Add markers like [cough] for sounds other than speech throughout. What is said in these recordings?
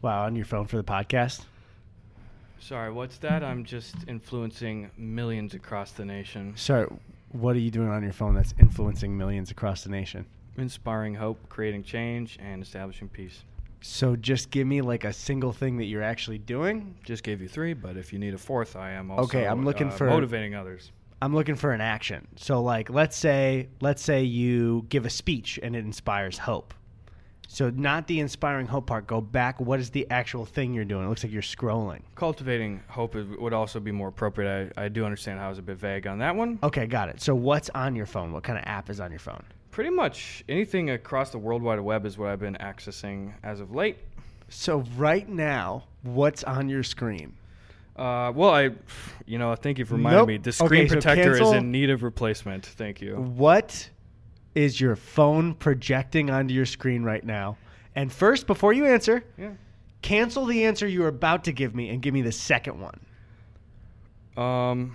Wow, on your phone for the podcast? Sorry, what's that? I'm just influencing millions across the nation. Sorry, what are you doing on your phone that's influencing millions across the nation? Inspiring hope, creating change, and establishing peace. So just give me like a single thing that you're actually doing. Just gave you three, but if you need a fourth, I am also Okay, I'm looking uh, for- motivating others. I'm looking for an action. So like let's say let's say you give a speech and it inspires hope. So not the inspiring hope part. Go back. What is the actual thing you're doing? It looks like you're scrolling. Cultivating hope is- would also be more appropriate. I, I do understand how I was a bit vague on that one. Okay, got it. So what's on your phone? What kind of app is on your phone? Pretty much anything across the World Wide Web is what I've been accessing as of late. So right now, what's on your screen? Uh, well, I, you know, thank you for reminding Nope. me. The Okay, screen so protector cancel. is in need of replacement. Thank you. What is your phone projecting onto your screen right now? And first, before you answer, Yeah. cancel the answer you were about to give me and give me the second one. Um,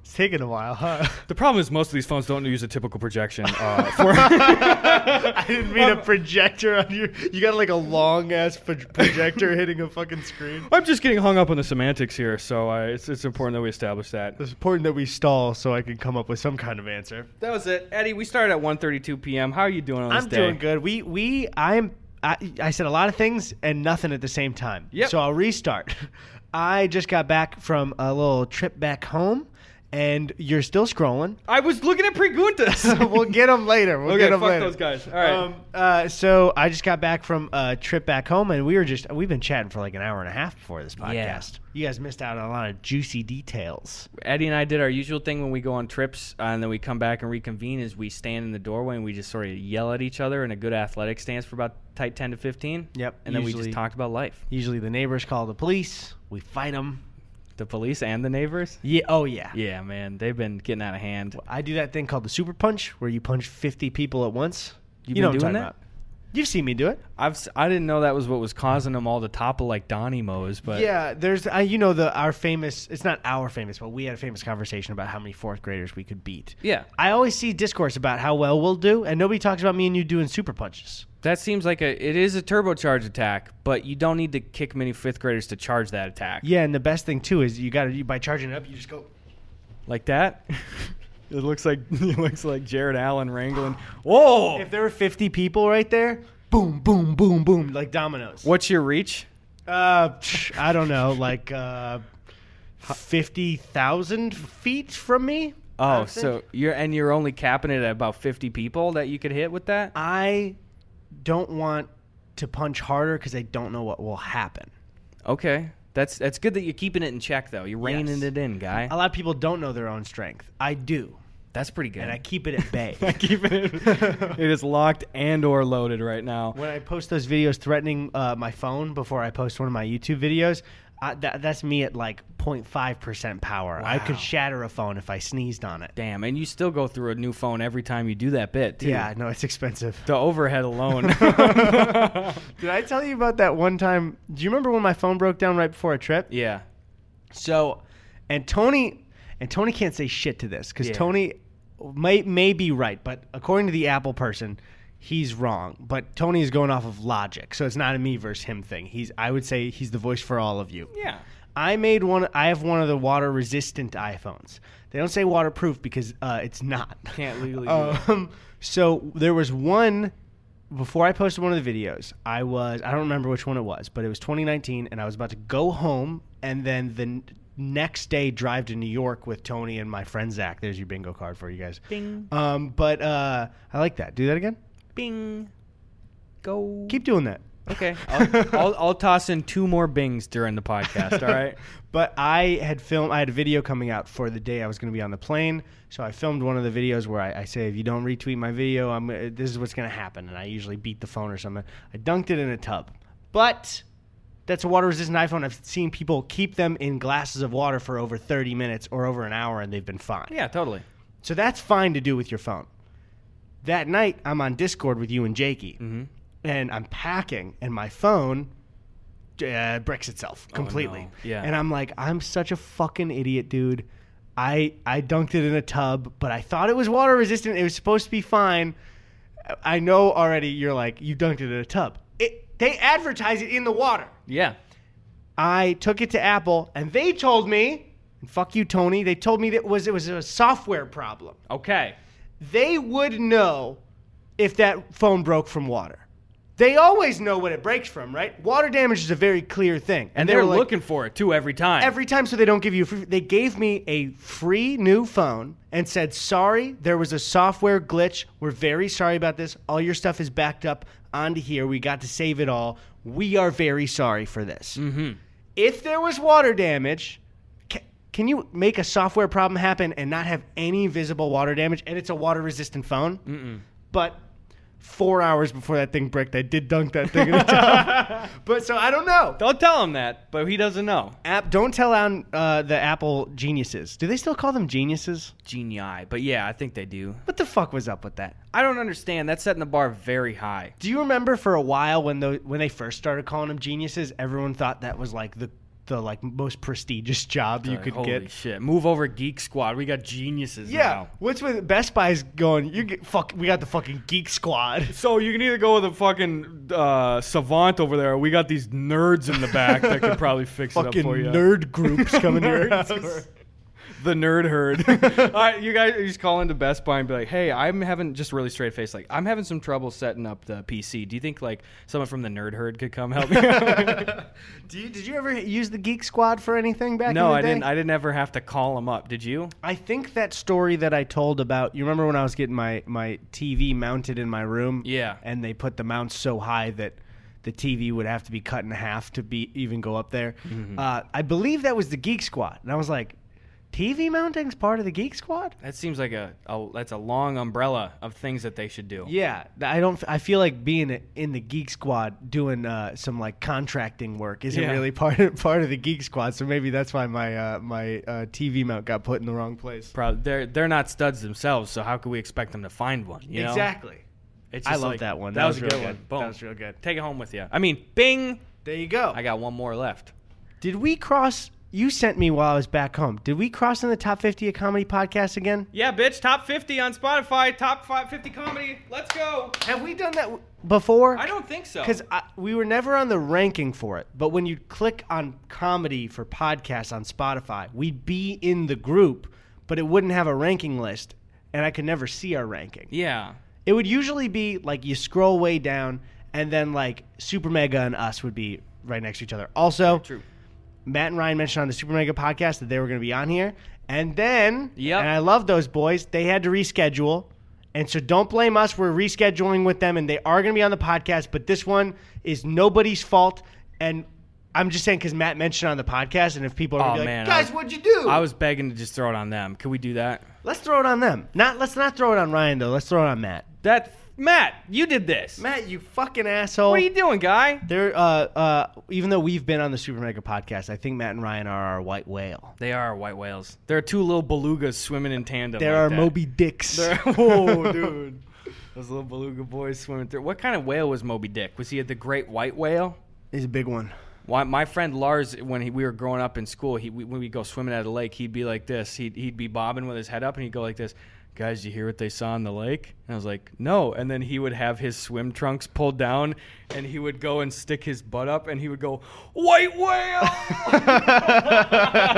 It's taking a while, huh? the problem is most of these phones don't use a typical projection. Uh, for [laughs] [laughs] I didn't mean a projector on your. You got like a long ass pro- [laughs] projector hitting a fucking screen. I'm just getting hung up on the semantics here, so I, it's, it's important that we establish that. It's important that we stall so I can come up with some kind of answer. That was it, Eddie. We started at 1:32 p.m. How are you doing on this I'm day? doing good. We we I'm I, I said a lot of things and nothing at the same time. Yep. So I'll restart. [laughs] I just got back from a little trip back home, and you're still scrolling. [laughs] I was looking at preguntas. [laughs] we'll get them later. We'll Okay, get 'em fuck later. those guys. All right. Um, uh, so I just got back from a trip back home, and we were just we've been chatting for like an hour and a half before this podcast. You guys missed out on a lot of juicy details. Eddie and I did our usual thing when we go on trips, uh, and then we come back and reconvene. Is we stand in the doorway and we just sort of yell at each other in a good athletic stance for about tight 10 to 15. Yep, And then we usually- just talked about life, Usually the neighbors call the police. We fight them. the police and the neighbors. Yeah. Oh yeah. Yeah, man, they've been getting out of hand. I do that thing called the super punch, where you punch fifty people at once. know You been what I'm doing talking that? about. You've seen me do it. I've s- I didn't know that was what was causing them all to topple like Donnie Moe's, but yeah, there's uh, you know the our famous. It's not our famous, but we had a famous conversation about how many fourth graders we could beat. yeah, I always see discourse about how well we'll do, and nobody talks about me and you doing super punches. That seems like a it is a turbocharge attack, but you don't need to kick many fifth graders to charge that attack. Yeah, and the best thing too is you got to by charging it up, you just go. Like that? [laughs] it looks like [laughs] it looks like Jared Allen wrangling. [gasps] Whoa! If there were fifty people right there, boom, boom, boom, boom, like dominoes. What's your reach? Uh, psh, I don't know, like uh, fifty thousand feet from me. I Oh, would think. so you're and you're only capping it at about fifty people that you could hit with that? I don't want to punch harder because I don't know what will happen. Okay. That's that's good that you're keeping it in check though. You're reining Yes. it in, guy. A lot of people don't know their own strength. I do, That's pretty good. and I keep it at [laughs] bay. keeping it it is locked and or loaded right now. when I post those videos threatening uh, my phone before I post one of my YouTube videos, I, that, that's me at like 0.5 percent power. I could Wow. shatter a phone if I sneezed on it. Damn, and you still go through a new phone every time you do that bit, too. Yeah, no, it's expensive. The overhead alone. [laughs] [laughs] Did I tell you about that one time? Do you remember when my phone broke down right before a trip? yeah. So, and Tony, and Tony can't say shit to this because Yeah. Tony may may be right, but according to the Apple person, he's wrong. But Tony is going off of logic, so it's not a me versus him thing. He's I would say he's the voice for all of you. Yeah. I made one. I have one of the water resistant iPhones. They don't say waterproof because uh, it's not. [laughs] Can't legally do Um, so there was one before I posted one of the videos. I was I don't remember which one it was, but it was 2019, and I was about to go home, and then the n- next day drive to New York with Tony and my friend Zach. There's your bingo card for you guys. Bing. Um, but uh, I like that. Do that again. Bing. Go. Keep doing that. Okay. I'll, I'll, I'll toss in two more bings during the podcast, all [laughs] right? But I had filmed, I had a video coming out for the day I was going to be on the plane. So I filmed one of the videos where I, I say, if you don't retweet my video, I'm, uh, this is what's going to happen. And I usually beat the phone or something. I dunked it in a tub. But that's a water resistant iPhone. I've seen people keep them in glasses of water for over 30 minutes or over an hour and they've been fine. Yeah, totally. So that's fine to do with your phone. That night, I'm on Discord with you and Jakey, Mm-hmm. and I'm packing, and my phone uh, breaks itself completely. Oh, no. Yeah. And I'm like, I'm such a fucking idiot, dude. I I dunked it in a tub, but I thought it was water resistant. It was supposed to be fine. I know already. You're like, you dunked it in a tub. It They advertise it in the water. Yeah. I took it to Apple, and they told me, and fuck you, Tony. They told me that was it was a software problem. Okay. They would know if that phone broke from water. They always know what it breaks from, right? Water damage is a very clear thing, And they they're were like- looking for it too every time. every time so they don't give you a free, they gave me a free new phone and said sorry there was a software glitch we're very sorry about this all your stuff is backed up onto here we got to save it all we are very sorry for this Mhm. if there was water damage ca- can you make a software problem happen and not have any visible water damage and it's a water resistant phone Mm-mm. but four hours before that thing bricked i did dunk that thing in the [laughs] tub but so i don't know Don't tell him that, but he doesn't know. App, don't tell on uh, the Apple geniuses. Do they still call them geniuses? Genii. But yeah, I think they do. What the fuck was up with that? I don't understand. That's setting the bar very high. Do you remember for a while when the when they first started calling them geniuses, everyone thought that was like the the like most prestigious job you Like, could holy get. shit. Move over Geek Squad. We got geniuses yeah, now. what's with Best Buy's going? You get fuck. We got the fucking Geek Squad. So you can either go with a fucking uh, savant over there, or we got these nerds in the back that could probably fix it up fucking for you. nerd groups [laughs] coming to your Nerds. house. The nerd herd. [laughs] All right, you guys you just call into Best Buy and be like, "Hey, I'm having just really straight face. Like, I'm having some trouble setting up the PC. Do you think like someone from the nerd herd could come help me?" Do you, did you ever use the Geek Squad for anything back? in no, the I day? didn't. I didn't ever have to call them up. Did you? I think that story that I told about you remember when I was getting my my TV mounted in my room? Yeah. And they put the mounts so high that the TV would have to be cut in half to be even go up there. Mm-hmm. Uh, I believe that was the Geek Squad, and I was like, TV mounting's part of the Geek Squad. That seems like a, a that's a long umbrella of things that they should do. Yeah, th- I don't. I feel like being in the Geek Squad doing uh, some like contracting work isn't Yeah. really [laughs] part of, part of the Geek Squad. So maybe that's why my uh, my uh, TV mount got put in the wrong place. Probably, they're they're not studs themselves, so how could we expect them to find one? You know? Exactly. It's I just love like- that one. That, That was, was a good real one. good. Boom. That was real good. Take it home with you. I mean, Bing. There you go. I got one more left. Did we cross? You sent me while I was back home. Did we cross in the top fifty of comedy podcasts again? Yeah, bitch. Top 50 on Spotify. Top 50 comedy. Let's go. Have we done that w- before? I don't think so. Because we were never on the ranking for it, but when you click on comedy for podcasts on Spotify, we'd be in the group, but it wouldn't have a ranking list, and I could never see our ranking. yeah. It would usually be like you scroll way down, and then like Super Mega and us would be right next to each other. Also, True. Matt and Ryan mentioned on the Super Mega podcast that they were going to be on here. And then, Yep. and I love those boys, they had to reschedule. And so don't blame us. We're rescheduling with them, and they are going to be on the podcast. But this one is nobody's fault. And I'm just saying because Matt mentioned on the podcast, and if people are Oh, gonna be man, like, guys, I was- what'd you do? I was begging to just throw it on them. Could we do that? let's throw it on them. Not Let's not throw it on Ryan, though. Let's throw it on Matt. That Matt, you did this. Matt, you fucking asshole. What are you doing, guy? They're, uh, uh, even though we've been on the Super Mega podcast, I think Matt and Ryan are our white whale. They are white whales. There are two little belugas swimming in tandem. There like are that. [laughs] Moby Dicks. [laughs] They're- Whoa, dude. [laughs] Those little beluga boys swimming through. What kind of whale was Moby Dick? Was he the great white whale? He's a big one. Why, my friend Lars, when he, we were growing up in school, he we, when we go swimming at a lake, he'd be like this. He'd, he'd be bobbing with his head up, and he'd go like this. Guys, you hear what they saw in the lake? And I was like, no. And then he would have his swim trunks pulled down, and he would go and stick his butt up, and he would go, white whale. [laughs]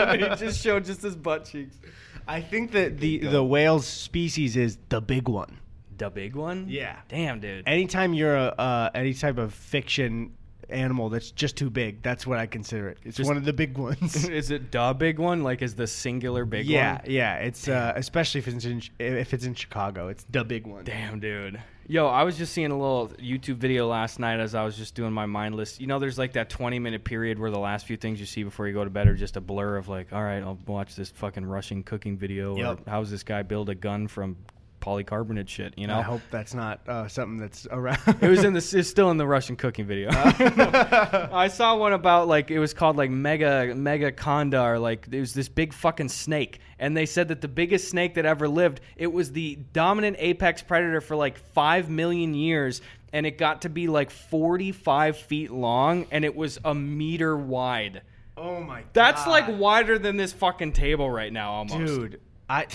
And he just showed just his butt cheeks. I think that the the whale's species is the big one. The big one. Yeah. Damn, dude. Anytime you're a uh, any type of fiction animal that's just too big, that's what I consider it. It's Just- one of the big [laughs] ones. [laughs] is it the big one? Like, is the singular big yeah, one? yeah. It's uh, especially if it's in if it's in Chicago, it's the big one. Damn, dude. Yo, I was just seeing a little YouTube video last night as I was just doing my mind list. You know, there's like that 20 minute period where the last few things you see before you go to bed are just a blur of like, all right, I'll watch this fucking Russian cooking video. Yep. Or how's this guy build a gun from polycarbonate shit? You know. I hope that's not uh, something that's around. It was in the. It's still in the Russian cooking video. I saw one about like it was called like mega mega conda or like it was this big fucking snake, and they said that the biggest snake that ever lived. It was the dominant apex predator for like five million years, and it got to be like forty five feet long, and it was a meter wide. [laughs] oh my. That's God. like wider than this fucking table right now, almost. dude. I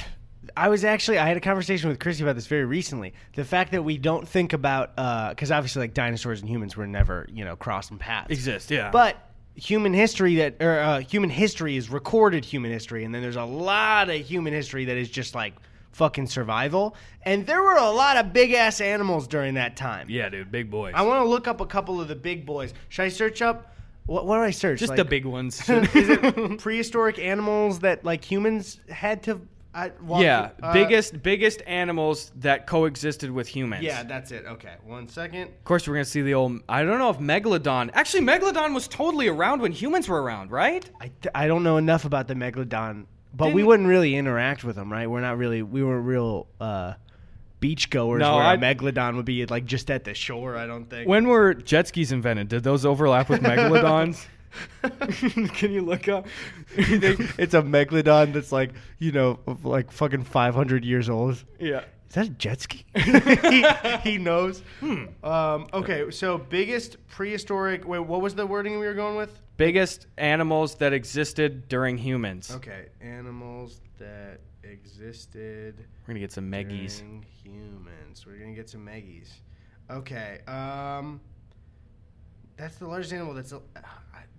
I was actually I had a conversation with Christy about this very recently. The fact that we don't think about because obviously like dinosaurs and humans were never you know crossing paths. Exist, yeah. But human history that or uh, human history is recorded human history, and then there's a lot of human history that is just like fucking survival. And there were a lot of big ass animals during that time. yeah, dude, big boys. I want to look up a couple of the big boys. Should I search up? What, what do I search? Just Like- the [laughs] big ones. [laughs] is it prehistoric animals that like humans had to? I, walk yeah, uh, biggest biggest animals that coexisted with humans. Yeah, that's it. Okay, one second. Of course, we're gonna see the old. I don't know if megalodon. Actually, megalodon was totally around when humans were around, right? I, d- I don't know enough about the megalodon, but we Didn't- wouldn't really interact with them, right? We're not really we were real uh, beachgoers. No, where a I- megalodon would be like just at the shore. I don't think. When [laughs] were jet skis invented? Did those overlap with megalodons? [laughs] Can you look up? [laughs] [laughs] it's a megalodon that's like you know like fucking five hundred years old. yeah. Is that a jet [laughs] ski? he, he knows. Um, okay, so biggest prehistoric. Wait, what was the wording we were going with? Biggest animals that existed during humans. Okay, animals that existed We're gonna get some meggies. during humans. We're gonna get some Meggies. Okay, um, that's the largest animal. That's uh,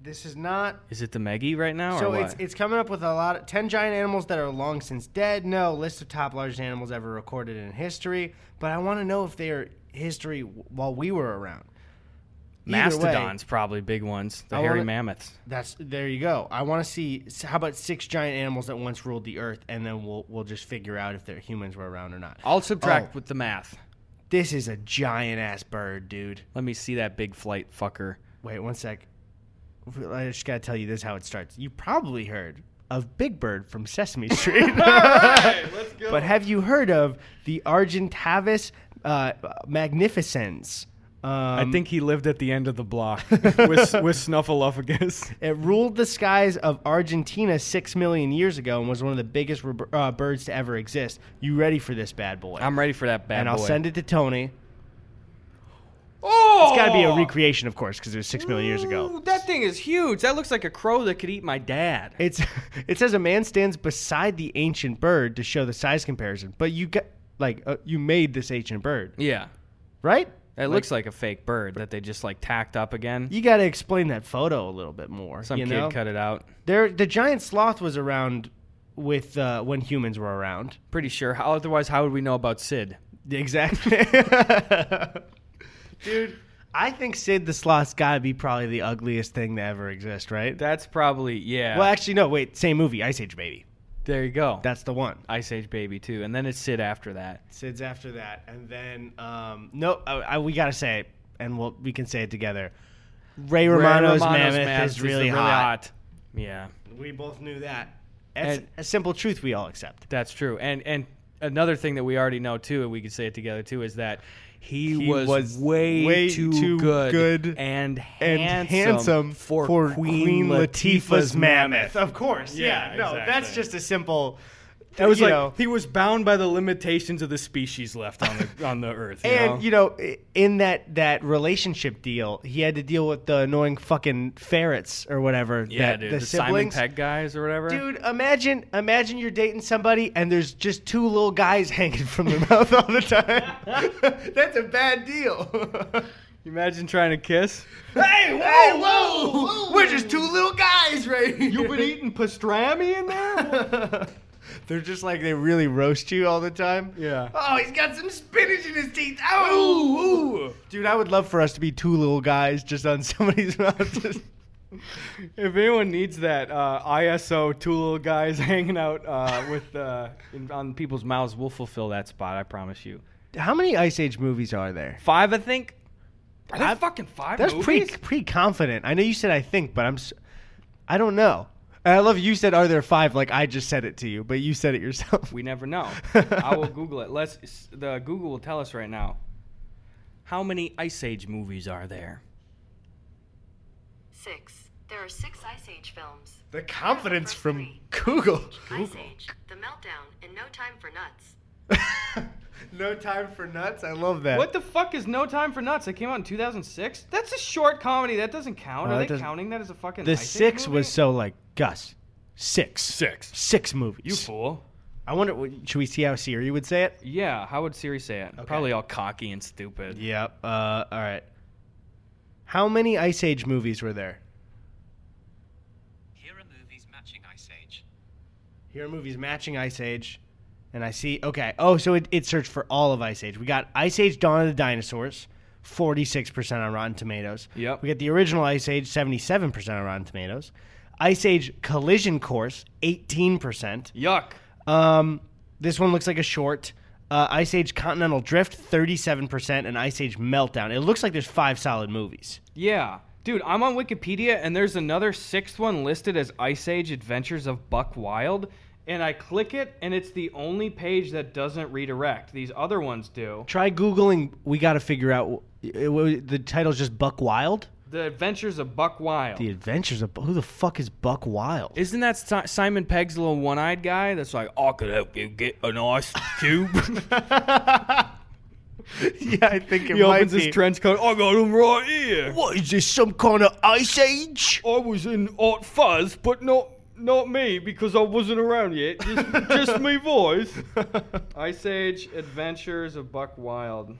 this is not. Is it the meggie right now or So what? it's it's coming up with a lot of ten giant animals that are long since dead. No list of top largest animals ever recorded in history. But I want to know if they are history w- while we were around. Either way, Mastodons, probably big ones. The I hairy wanna- mammoths. that's there you go. I want to see s- how about six giant animals that once ruled the earth, and then we'll we'll just figure out if their humans were around or not. I'll Oh. subtract with the math. This is a giant ass bird, dude. Let me see that big flight fucker. Wait one sec. I just gotta tell you this is how it starts. You probably heard of Big Bird from [laughs] Sesame Street. let's go. But have you heard of the Argentavis uh, magnificens? Um, I think he lived at the end of the [laughs] block with, with Snuffleupagus. it ruled the skies of Argentina six million years ago and was one of the biggest re- uh, birds to ever exist. You ready for this bad boy? I'm ready for that bad and boy. I'll send it to Tony. Oh, It's got to be a recreation, of course, because it was six million years ago. That thing is huge. That looks like a crow that could eat my dad. It's [laughs] it says a man stands beside the ancient bird to show the size comparison, but you got like uh, you made this ancient bird, Yeah, right? that looks like a fake bird that they just like tacked up again. You got to explain that photo a little bit more. Some you kid know? cut it out. There, the giant sloth was around with uh, when humans were around. [laughs] Pretty sure. How otherwise? How would we know about Sid? [laughs] Exactly, dude. I think Sid the Sloth's got to be probably the ugliest thing to ever exist, right? That's probably yeah. well, actually, no. Wait, same movie, Ice Age Baby. there you go. That's the one. Ice Age Baby too, and then it's Sid after that. Sid's after that, and then um, no, I, I, we gotta say, it, and we'll we can say it together. Ray Romano's, mammoth, is the really, hot. Yeah, We both knew that. That's And- a simple truth we all accept. that's true. And and another thing that we already know too, and we could say it together too, is that he, He was, was way, way too, too good, good and and handsome, handsome for, Queen, Latifah's mammoth. Of course, yeah. Yeah, no, exactly. that's just a simple. That was you like know. he was bound by the limitations of the species left on [laughs] the on the earth. You and know? you know, i- in that that relationship deal, he had to deal with the annoying fucking ferrets or whatever. yeah, that, dude, the, the, Simon siblings. Pegg guys or whatever. Dude, imagine imagine you're dating somebody and there's just two little guys [laughs] hanging from their mouth all the time. [laughs] That's a bad deal. You imagine trying to kiss. [laughs] hey, whoa, whoa, We're just two little guys right here. eating pastrami in there. [laughs] They're just like they really roast you all the time. Yeah. Oh, he's got some spinach in his teeth. Ow! Dude, I would love for us to be two little guys just on [laughs] somebody's mouth. Just- If anyone needs that uh, ISO two little guys [laughs] hanging out uh, with uh, in, on people's mouths, we'll fulfill that spot. I promise you. [laughs] How many Ice Age movies are there? Five, I think. Are there fucking five That's pretty movies? pretty confident. I know you said I think, but I'm s- I don't know. And I love you said are there five like I just said it to you, but you said it yourself. We never [laughs] know. I will Google it. Let's. The Google will tell us right now. How many Ice Age movies are there? Six. There are six Ice Age films. [laughs] the confidence from Google. Ice Age, The Meltdown, and No Time for Nuts. no time for nuts. I love that. What the fuck is No Time for Nuts? That came out in 2006. That's a short comedy. That doesn't count. No, Are that they Uh, doesn't- counting that as a fucking? the Ice Age six was movie? so like Gus. Six. Six. Six movies. You fool. I wonder. what- Should we see how Siri would say it? Yeah, how would Siri say it? Probably all cocky and stupid. Yep. Uh, all right. How many Ice Age movies were there? Here are movies matching Ice Age. Here are movies matching Ice Age, and I see. Okay. Oh, so it, it searched for all of Ice Age. We got Ice Age: Dawn of the Dinosaurs, forty-six percent on Rotten Tomatoes. Yep. We got the original Ice Age, seventy-seven percent on Rotten Tomatoes. Ice Age: Collision Course, eighteen percent. Yuck. Um, this one looks like a short. Uh, Ice Age Continental Drift, 37%, and Ice Age Meltdown. It looks like there's five solid movies. Yeah. Dude, I'm on Wikipedia and there's another sixth one listed as Ice Age Adventures of Buck Wild. And I click it and it's the only page that doesn't redirect. These other ones do. Try Googling, we got to figure out. It, wa- the title's just Buck Wild? The Adventures of Buck Wild. The Adventures of. Who the fuck is Buck Wild? Isn't that Si- Simon Pegg's little one eyed guy that's like, I could help you get an ice cube? [laughs] yeah, I think he opens his trench coat. I got him right here. what is this, some kind of Ice Age? I was in Art Fuzz, but not not me because I wasn't around yet. [laughs] Just, just me voice. Ice Age Adventures of Buck Wild.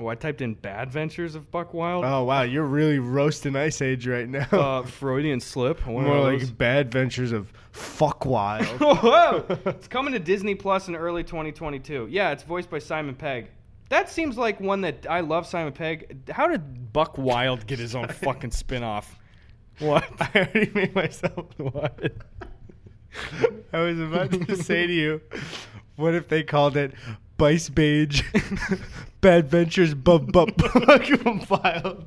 Oh, I typed in Bad Adventures of Buck Wild. Oh, wow, you're really roasting Ice Age right now. Uh, Freudian slip. [laughs] One More of those. like Bad Adventures of Fuck Wild. [laughs] [laughs] Whoa! it's coming to Disney Plus in early 2022. Yeah, it's voiced by Simon Pegg. That seems like one that I love Simon Pegg. How did Buck Wild get [laughs] his own fucking spin-off? What? [laughs] I already made myself [laughs] what? I was about to say to [laughs] you, what if they called it Bice Beige [laughs] Bad Ventures Bub Bub [laughs] Compiled?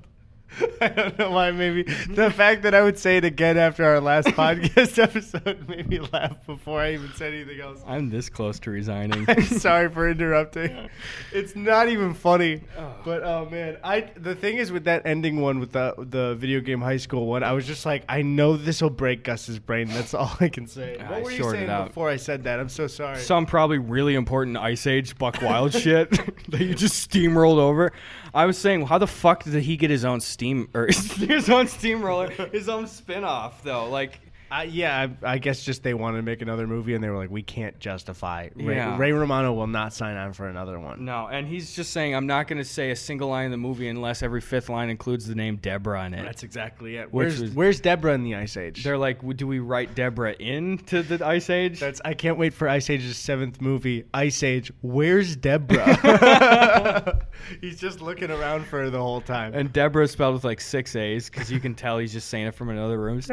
I don't know why. Maybe the fact that I would say it again after our [laughs] last podcast episode made me laugh before I even said anything else. I'm this close [laughs] to resigning. I'm sorry for interrupting. It's not even funny. But oh man, I the thing is with that ending one with the the video game high school one, I was just like, I know this will break Gus's brain. That's all I can say. Ah, what were you short it saying out. before I said that? I'm so sorry. Some probably really important Ice Age Buck Wild [laughs] shit that you just steamrolled over. I was saying, how the fuck did he get his own steam or [laughs] his own steamroller, his own spin-off though? Like, I, yeah, I, I guess just they wanted to make another movie, and they were like, we can't justify. Ray, Yeah. Ray Romano will not sign on for another one. no. And he's just saying, I'm not going to say a single line in the movie unless every fifth line includes the name Deborah in it. That's exactly it. Which Where's was- Where's Deborah in the Ice Age? They're like, "W- do we write Deborah into the Ice Age? That's I can't wait for Ice Age's seventh movie, Ice Age. Where's Deborah? [laughs] He's just looking around for her the whole time. and Deborah spelled with like six A's because you can tell he's just saying it from another room. It's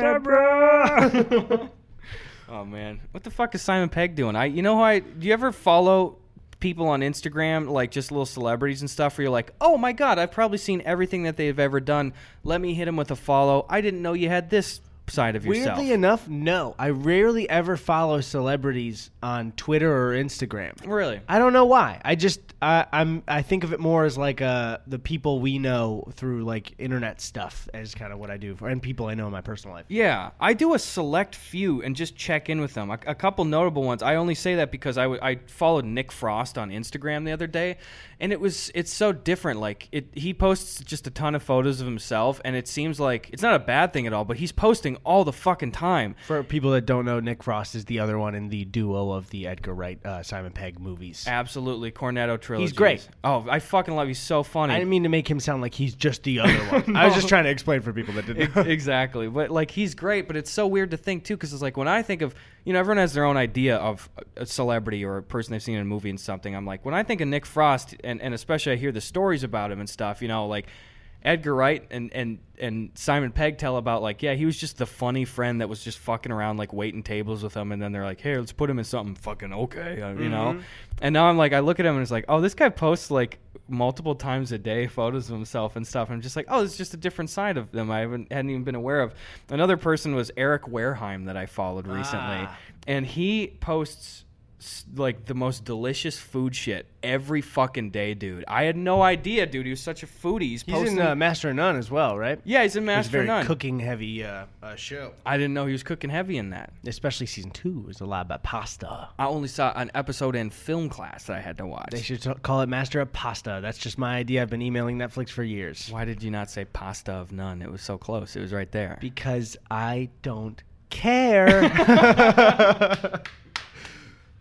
Deborah. oh man, what the fuck is Simon Pegg doing? I, you know, who I do you ever follow people on Instagram, like just little celebrities and stuff, where you're like, oh my god, I've probably seen everything that they've ever done. Let me hit him with a follow. I didn't know you had this side of [laughs] yourself. Weirdly enough, no. I rarely ever follow celebrities on Twitter or Instagram. really? I don't know why. I just I, I'm I think of it more as like uh the people we know through like internet stuff as kind of what I do for and people I know in my personal life. Yeah, I do a select few and just check in with them. A, a couple notable ones. I only say that because I, w- I followed Nick Frost on Instagram the other day, and it was it's so different. Like it, he posts just a ton of photos of himself, and it seems like it's not a bad thing at all. But he's posting all the fucking time. For people that don't know, Nick Frost is the other one in the duo of the Edgar Wright uh, Simon Pegg movies. Absolutely, Cornetto trilogy. great. Oh, I fucking love. He's so funny. I didn't mean to make him sound like he's just the other one. I [laughs] was just trying to explain for people that didn't. know. exactly. But like he's great, but it's so weird to think too because it's like when I think of you know everyone has their own idea of a celebrity or a person they've seen in a movie and something. I'm like when I think of Nick Frost and and especially I hear the stories about him and stuff. You know like. Edgar Wright and, and, and Simon Pegg tell about like yeah he was just the funny friend that was just fucking around like waiting tables with them and then they're like hey let's put him in something fucking okay uh, you Mm-hmm. know and now I'm like I look at him and it's like oh this guy posts like multiple times a day photos of himself and stuff. I'm just like, oh, it's just a different side of them I haven't hadn't even been aware of. Another person was Eric Wareheim that I followed recently, Ah. and he posts s- like the most delicious food shit every fucking day, dude. I had no idea, dude. He was such a foodie. He's, He's posting. in uh, Master of None as well, right? yeah, he's a It's a master very of none. cooking heavy uh, uh, show. I didn't know he was cooking heavy in that. Especially season two is a lot about pasta. I only saw an episode in film class that I had to watch. They should t- call it Master of Pasta. That's just my idea. I've been emailing Netflix for years Why did you not say pasta of none? It was so close. It was right there. because I don't care. [laughs]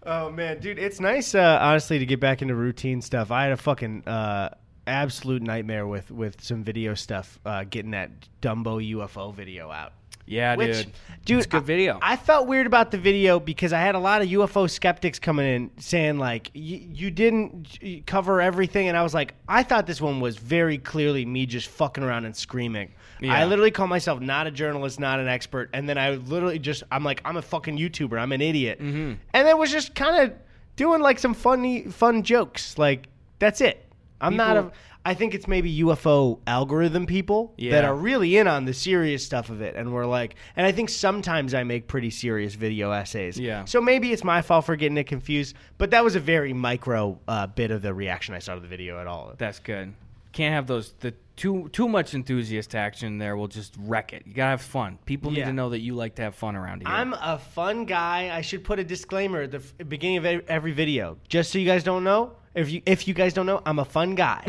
Oh man, dude, it's nice uh, honestly to get back into routine stuff. I had a fucking uh, absolute nightmare with with some video stuff, uh, getting that Dumbo UFO video out. Yeah, Which, dude. dude, it's a good I- video. I, felt weird about the video because I had a lot of UFO skeptics coming in saying like, y- "You didn't j- cover everything," and I was like, "I thought this one was very clearly me just fucking around and screaming." I Yeah. literally call myself not a journalist, not an expert, and then I literally just I'm like, "I'm a fucking YouTuber. I'm an idiot," Mm-hmm. and then was just kind of doing like some funny, fun jokes. Like that's it. I'm not a. People- I think it's maybe UFO algorithm people that Yeah. are really in on the serious stuff of it and we're like and i think sometimes i make pretty serious video essays Yeah. so maybe it's my fault for getting it confused but that was a very micro uh, bit of the reaction i saw to the video at all That's good. Can't have those the too too much enthusiast action there will just wreck it. You gotta have fun. People need Yeah. to know that you like to have fun around here. i'm a fun guy i should put a disclaimer at the f- beginning of e- every video just so you guys don't know if you if you guys don't know i'm a fun [laughs] guy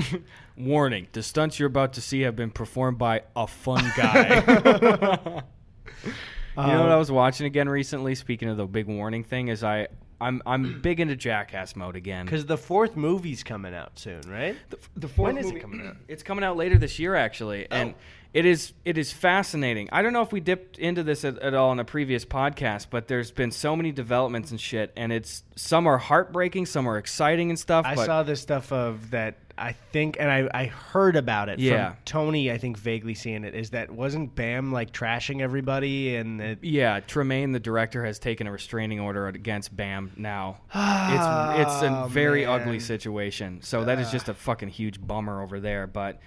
Warning: The stunts you're about to see have been performed by a [laughs] fun guy. you Um, know what I was watching again recently? Speaking of the big warning thing, is I I'm I'm big into Jackass mode again. because the fourth movie's coming out soon right The, the fourth When is it movie- coming out? [clears throat] Oh. It's coming out later this year, actually, and it is it is fascinating. I don't know if we dipped into this at, at all in a previous podcast, but there's been so many developments and shit, and it's some are heartbreaking, some are exciting and stuff. I but saw this stuff of that I think, and I, I heard about it Yeah. from Tony. I think vaguely seeing it is that wasn't Bam like trashing everybody and it, Yeah, Tremaine, the director, has taken a restraining order against Bam now. it's it's a Oh, very man. Ah. ugly situation. So that is just a fucking huge bummer over there. But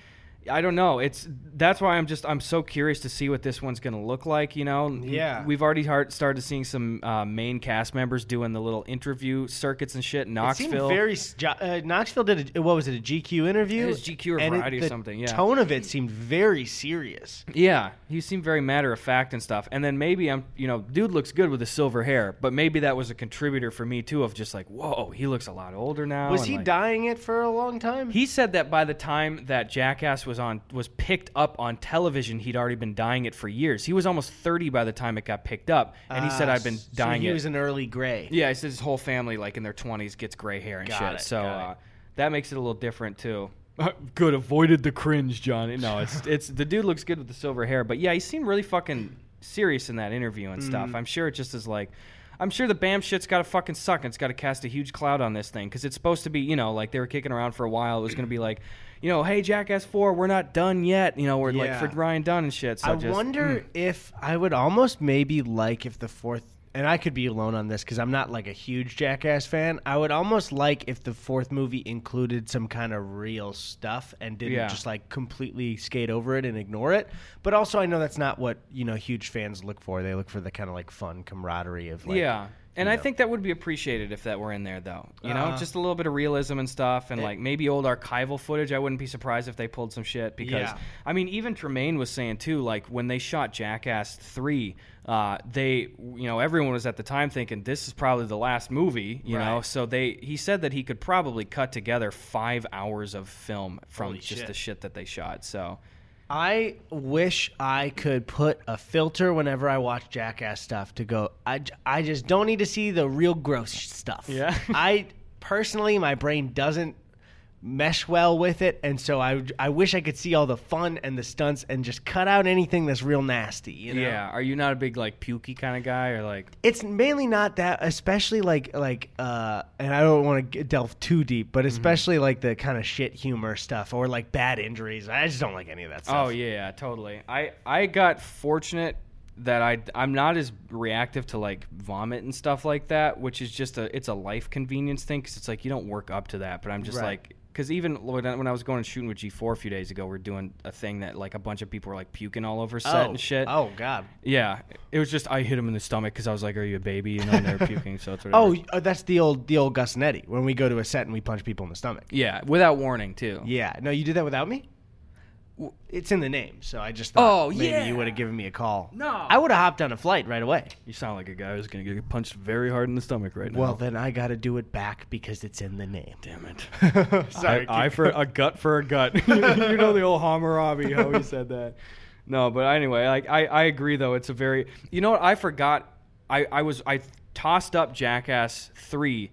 I don't know. It's that's why I'm just I'm so curious to see what this one's gonna look like. You know? Yeah. We've already heart, started seeing some uh, main cast members doing the little interview circuits and shit. In it seemed Knoxville. very s- jo- uh, Knoxville did a, what was it a GQ interview? It was GQ or and it- Variety or the something, yeah. tone of it seemed very serious. Yeah, he seemed very matter of fact and stuff. And then maybe I'm, you know, dude looks good with the silver hair, but maybe that was a contributor for me too of just like, whoa, he looks a lot older now. Was and, he like- dying it for a long time? He said that by the time that Jackass was on was picked up on television, he'd already been dying it for years. He was almost thirty by the time it got picked up, and he said, Ah, "I've been so dying he it." was an early gray. yeah, he said his whole family, like in their twenties, gets gray hair and Got shit. it, so got uh, that makes it a little different too. [laughs] good, avoided the cringe, Johnny. No, it's [laughs] it's the dude looks good with the silver hair, but yeah, he seemed really fucking serious in that interview and stuff. I'm sure it just is like. I'm sure the BAM shit's got to fucking suck and it's got to cast a huge cloud on this thing because it's supposed to be, you know, like they were kicking around for a while. It was going to be like, you know, hey, Jackass 4, we're not done yet. You know, we're Yeah. like for Ryan Dunn and shit. So I just, mm. wonder if I would almost maybe like if the fourth, and I could be alone on this because I'm not like a huge Jackass fan. I would almost like if the fourth movie included some kind of real stuff and didn't Yeah. just like completely skate over it and ignore it. But also, I know that's not what you know huge fans look for. They look for the kind of like fun camaraderie of like yeah. And you I know. think that would be appreciated if that were in there, though. You know, Uh-huh. just a little bit of realism and stuff, and like maybe old archival footage. I wouldn't be surprised if they pulled some shit because, Yeah. I mean, even Tremaine was saying too, like when they shot Jackass three, uh, they, you know, everyone was at the time thinking this is probably the last movie, you know. Right. So they, he said that he could probably cut together five hours of film from Holy just shit. the shit that they shot. So I wish I could put a filter whenever I watch Jackass stuff to go. I, j- I just don't need to see the real gross stuff. Yeah. [laughs] I personally, my brain doesn't mesh well with it, and so I I wish I could see all the fun and the stunts and just cut out anything that's real nasty. You know? yeah, are you not a big like pukey kind of guy or like? it's mainly not that especially like like uh and i don't want to delve too deep Mm-hmm. but especially like the kind of shit humor stuff or like bad injuries i just don't like any of that stuff Oh yeah, totally. I I got fortunate that I I'm not as reactive to like vomit and stuff like that, which is just a it's a life convenience thing because it's like you don't work up to that. But I'm just Right. like because even when I when I was going and shooting with G4 a few days ago, we are doing a thing that like a bunch of people were like puking all over set Oh. and shit. oh god yeah, it was just I hit him in the stomach because I was like, "Are you a baby?" You know, and they're puking, [laughs] so it's whatever. Oh, y- uh, that's the old the old Gus and Eddie when we go to a set and we punch people in the stomach. yeah, without warning too. Yeah, no, you did that without me. W- It's in the name, so I just thought Oh, maybe yeah. you would have given me a call. No. I would have hopped on a flight right away. You sound like a guy who's gonna get punched very hard in the stomach right now. Well, then I got to do it back because it's in the name. damn it. Sorry, I, eye for a gut for a gut. [laughs] you know the old Hammurabi how he said that. No, but anyway, like I, I agree though. It's a very you know what I forgot. I I was I tossed up Jackass 3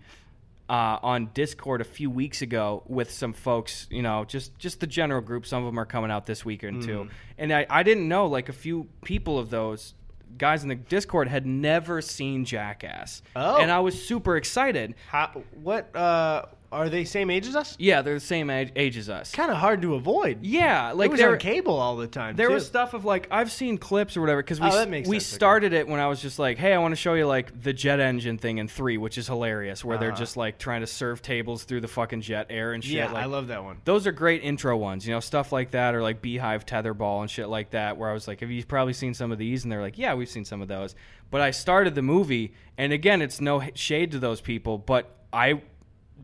uh, on Discord a few weeks ago with some folks, you know, just just the general group. Some of them are coming out this weekend Mm. too. And I, I didn't know, like, a few people of those guys in the Discord had never seen Jackass. Oh. And I was super excited. How, what uh, are they? Same age as us? Yeah, they're the same age, age as us. Kind of hard to avoid. Yeah, like it was they're- on cable all the time. There too. was stuff of like I've seen clips or whatever because we Oh, that makes we sense, okay. started it when I was just like, hey, I want to show you like the jet engine thing in three, which is hilarious, where they're just like trying to serve tables through the fucking jet air and shit. Uh-huh. Yeah, like, I love that one. those are great intro ones, you know, stuff like that, or like Beehive Tetherball and shit like that, where I was like, Have you probably seen some of these? And they're like, Yeah, we've seen some of those. But I started the movie, and again, it's no h- shade to those people, but I.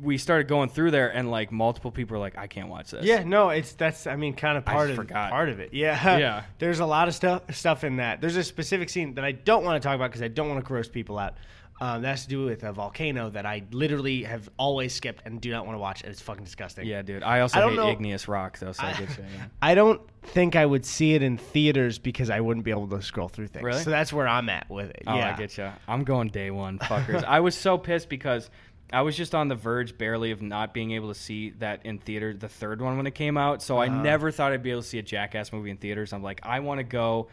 We started going through there, and like multiple people were like, "I can't watch this." Yeah, no, it's that's I mean kind of I part of forgot. part of it. Yeah, [laughs] Yeah. There's a lot of stuff stuff in that. There's a specific scene that I don't want to talk about because I don't want to gross people out. Um, that's to do with a volcano that I literally have always skipped and do not want to watch, and it's fucking disgusting. yeah, dude. I also I don't hate know- igneous rock, though. So I, get [laughs] you, yeah. I don't think I would see it in theaters because I wouldn't be able to scroll through things. Really? So that's where I'm at with it. Oh, yeah. I get you. I'm going day one, fuckers. I was so pissed because I was just on the verge, barely, of not being able to see that in theater, the third one when it came out. So Uh-huh. I never thought I'd be able to see a Jackass movie in theaters. I'm like, I want to go.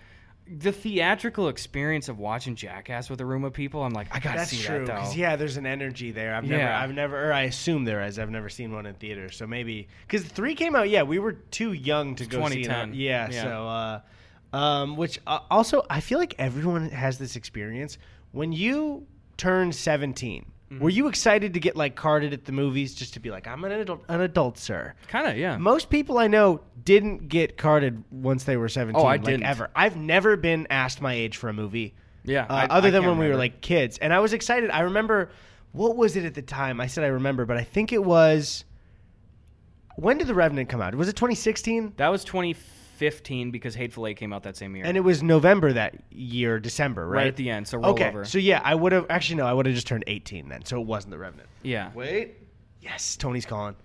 The theatrical experience of watching Jackass with a room of people, I'm like, I gotta That's see true. that 'cause, though. yeah, there's an energy there. I've never, Yeah. I've never, or I assume there is. I've never seen one in theaters. So maybe because three came out. Yeah, we were too young to go see that. 2010. Yeah, Yeah. So, uh, um, which uh, also I feel like everyone has this experience when you turn 17. Mm-hmm. Were you excited to get like carded at the movies just to be like, I'm an adult, an adult, sir? Kind of, yeah. Most people I know didn't get carded once they were 17. Oh, I like, didn't. ever. I've never been asked my age for a movie. Yeah, Uh, I- other I than can't when we were remember. like kids. And I was excited. I remember, what was it at the time? I said I remember, but I think it was. When did The Revenant come out? Was it 2016? that was 2015 because Hateful Eight came out that same year. And it was November that year, December, right? right, at the end, so roll Okay. over. So yeah, I would have. Actually, no, I would have just turned 18 then. So it wasn't The Revenant. yeah. Wait. Yes, Tony's calling.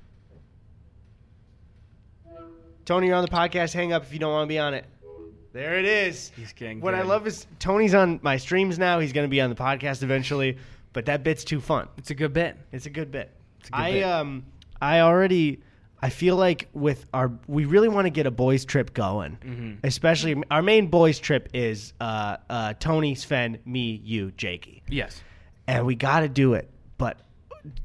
Tony, you're on the podcast. Hang up if you don't want to be on it. There it is. He's getting What I good. love is Tony's on my streams now. He's going to be on the podcast eventually, but that bit's too fun. It's a good bit. It's a good bit. a good I bit. um I already I feel like with our we really want to get a boys trip going. Mm-hmm. Especially our main boys trip is uh uh Tony, Sven, me, you, Jakey Yes. and we got to do it. But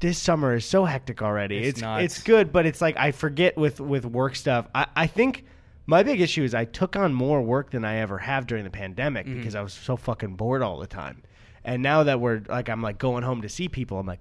this summer is so hectic already. It's It's it's, nuts. good, but it's like I forget with with work stuff. I, I think my big issue is I took on more work than I ever have during the pandemic Mm-hmm. because I was so fucking bored all the time. And now that we're like I'm like going home to see people, I'm like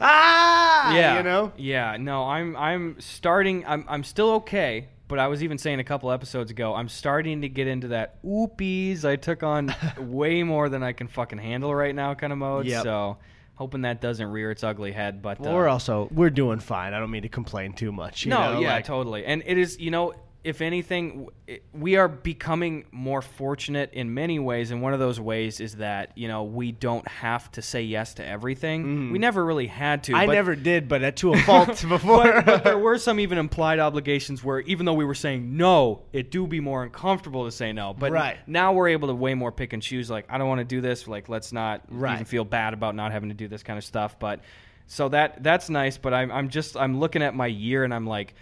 ah, yeah you know. yeah no i'm i'm starting i'm, I'm still okay but i was even saying a couple episodes ago i'm starting to get into that oopies i [laughs] took on way more than i can fucking handle right now kind of mode Yep. so hoping that doesn't rear its ugly head but uh, We're also we're doing fine. I don't mean to complain too much. You no know, yeah like- totally and it is you know if anything w- it- we are becoming more fortunate in many ways and one of those ways is that you know we don't have to say yes to everything we never really had to Mm-hmm. I but- never did, but uh, to a fault before. [laughs] but, but there were some even implied obligations where even though we were saying no, it do be more uncomfortable to say no. But Right. now we're able to way more pick and choose. Like I don't want to do this. Like let's not even Right. feel bad about not having to do this kind of stuff. But so that that's nice. But I'm I'm just I'm looking at my year and I'm like,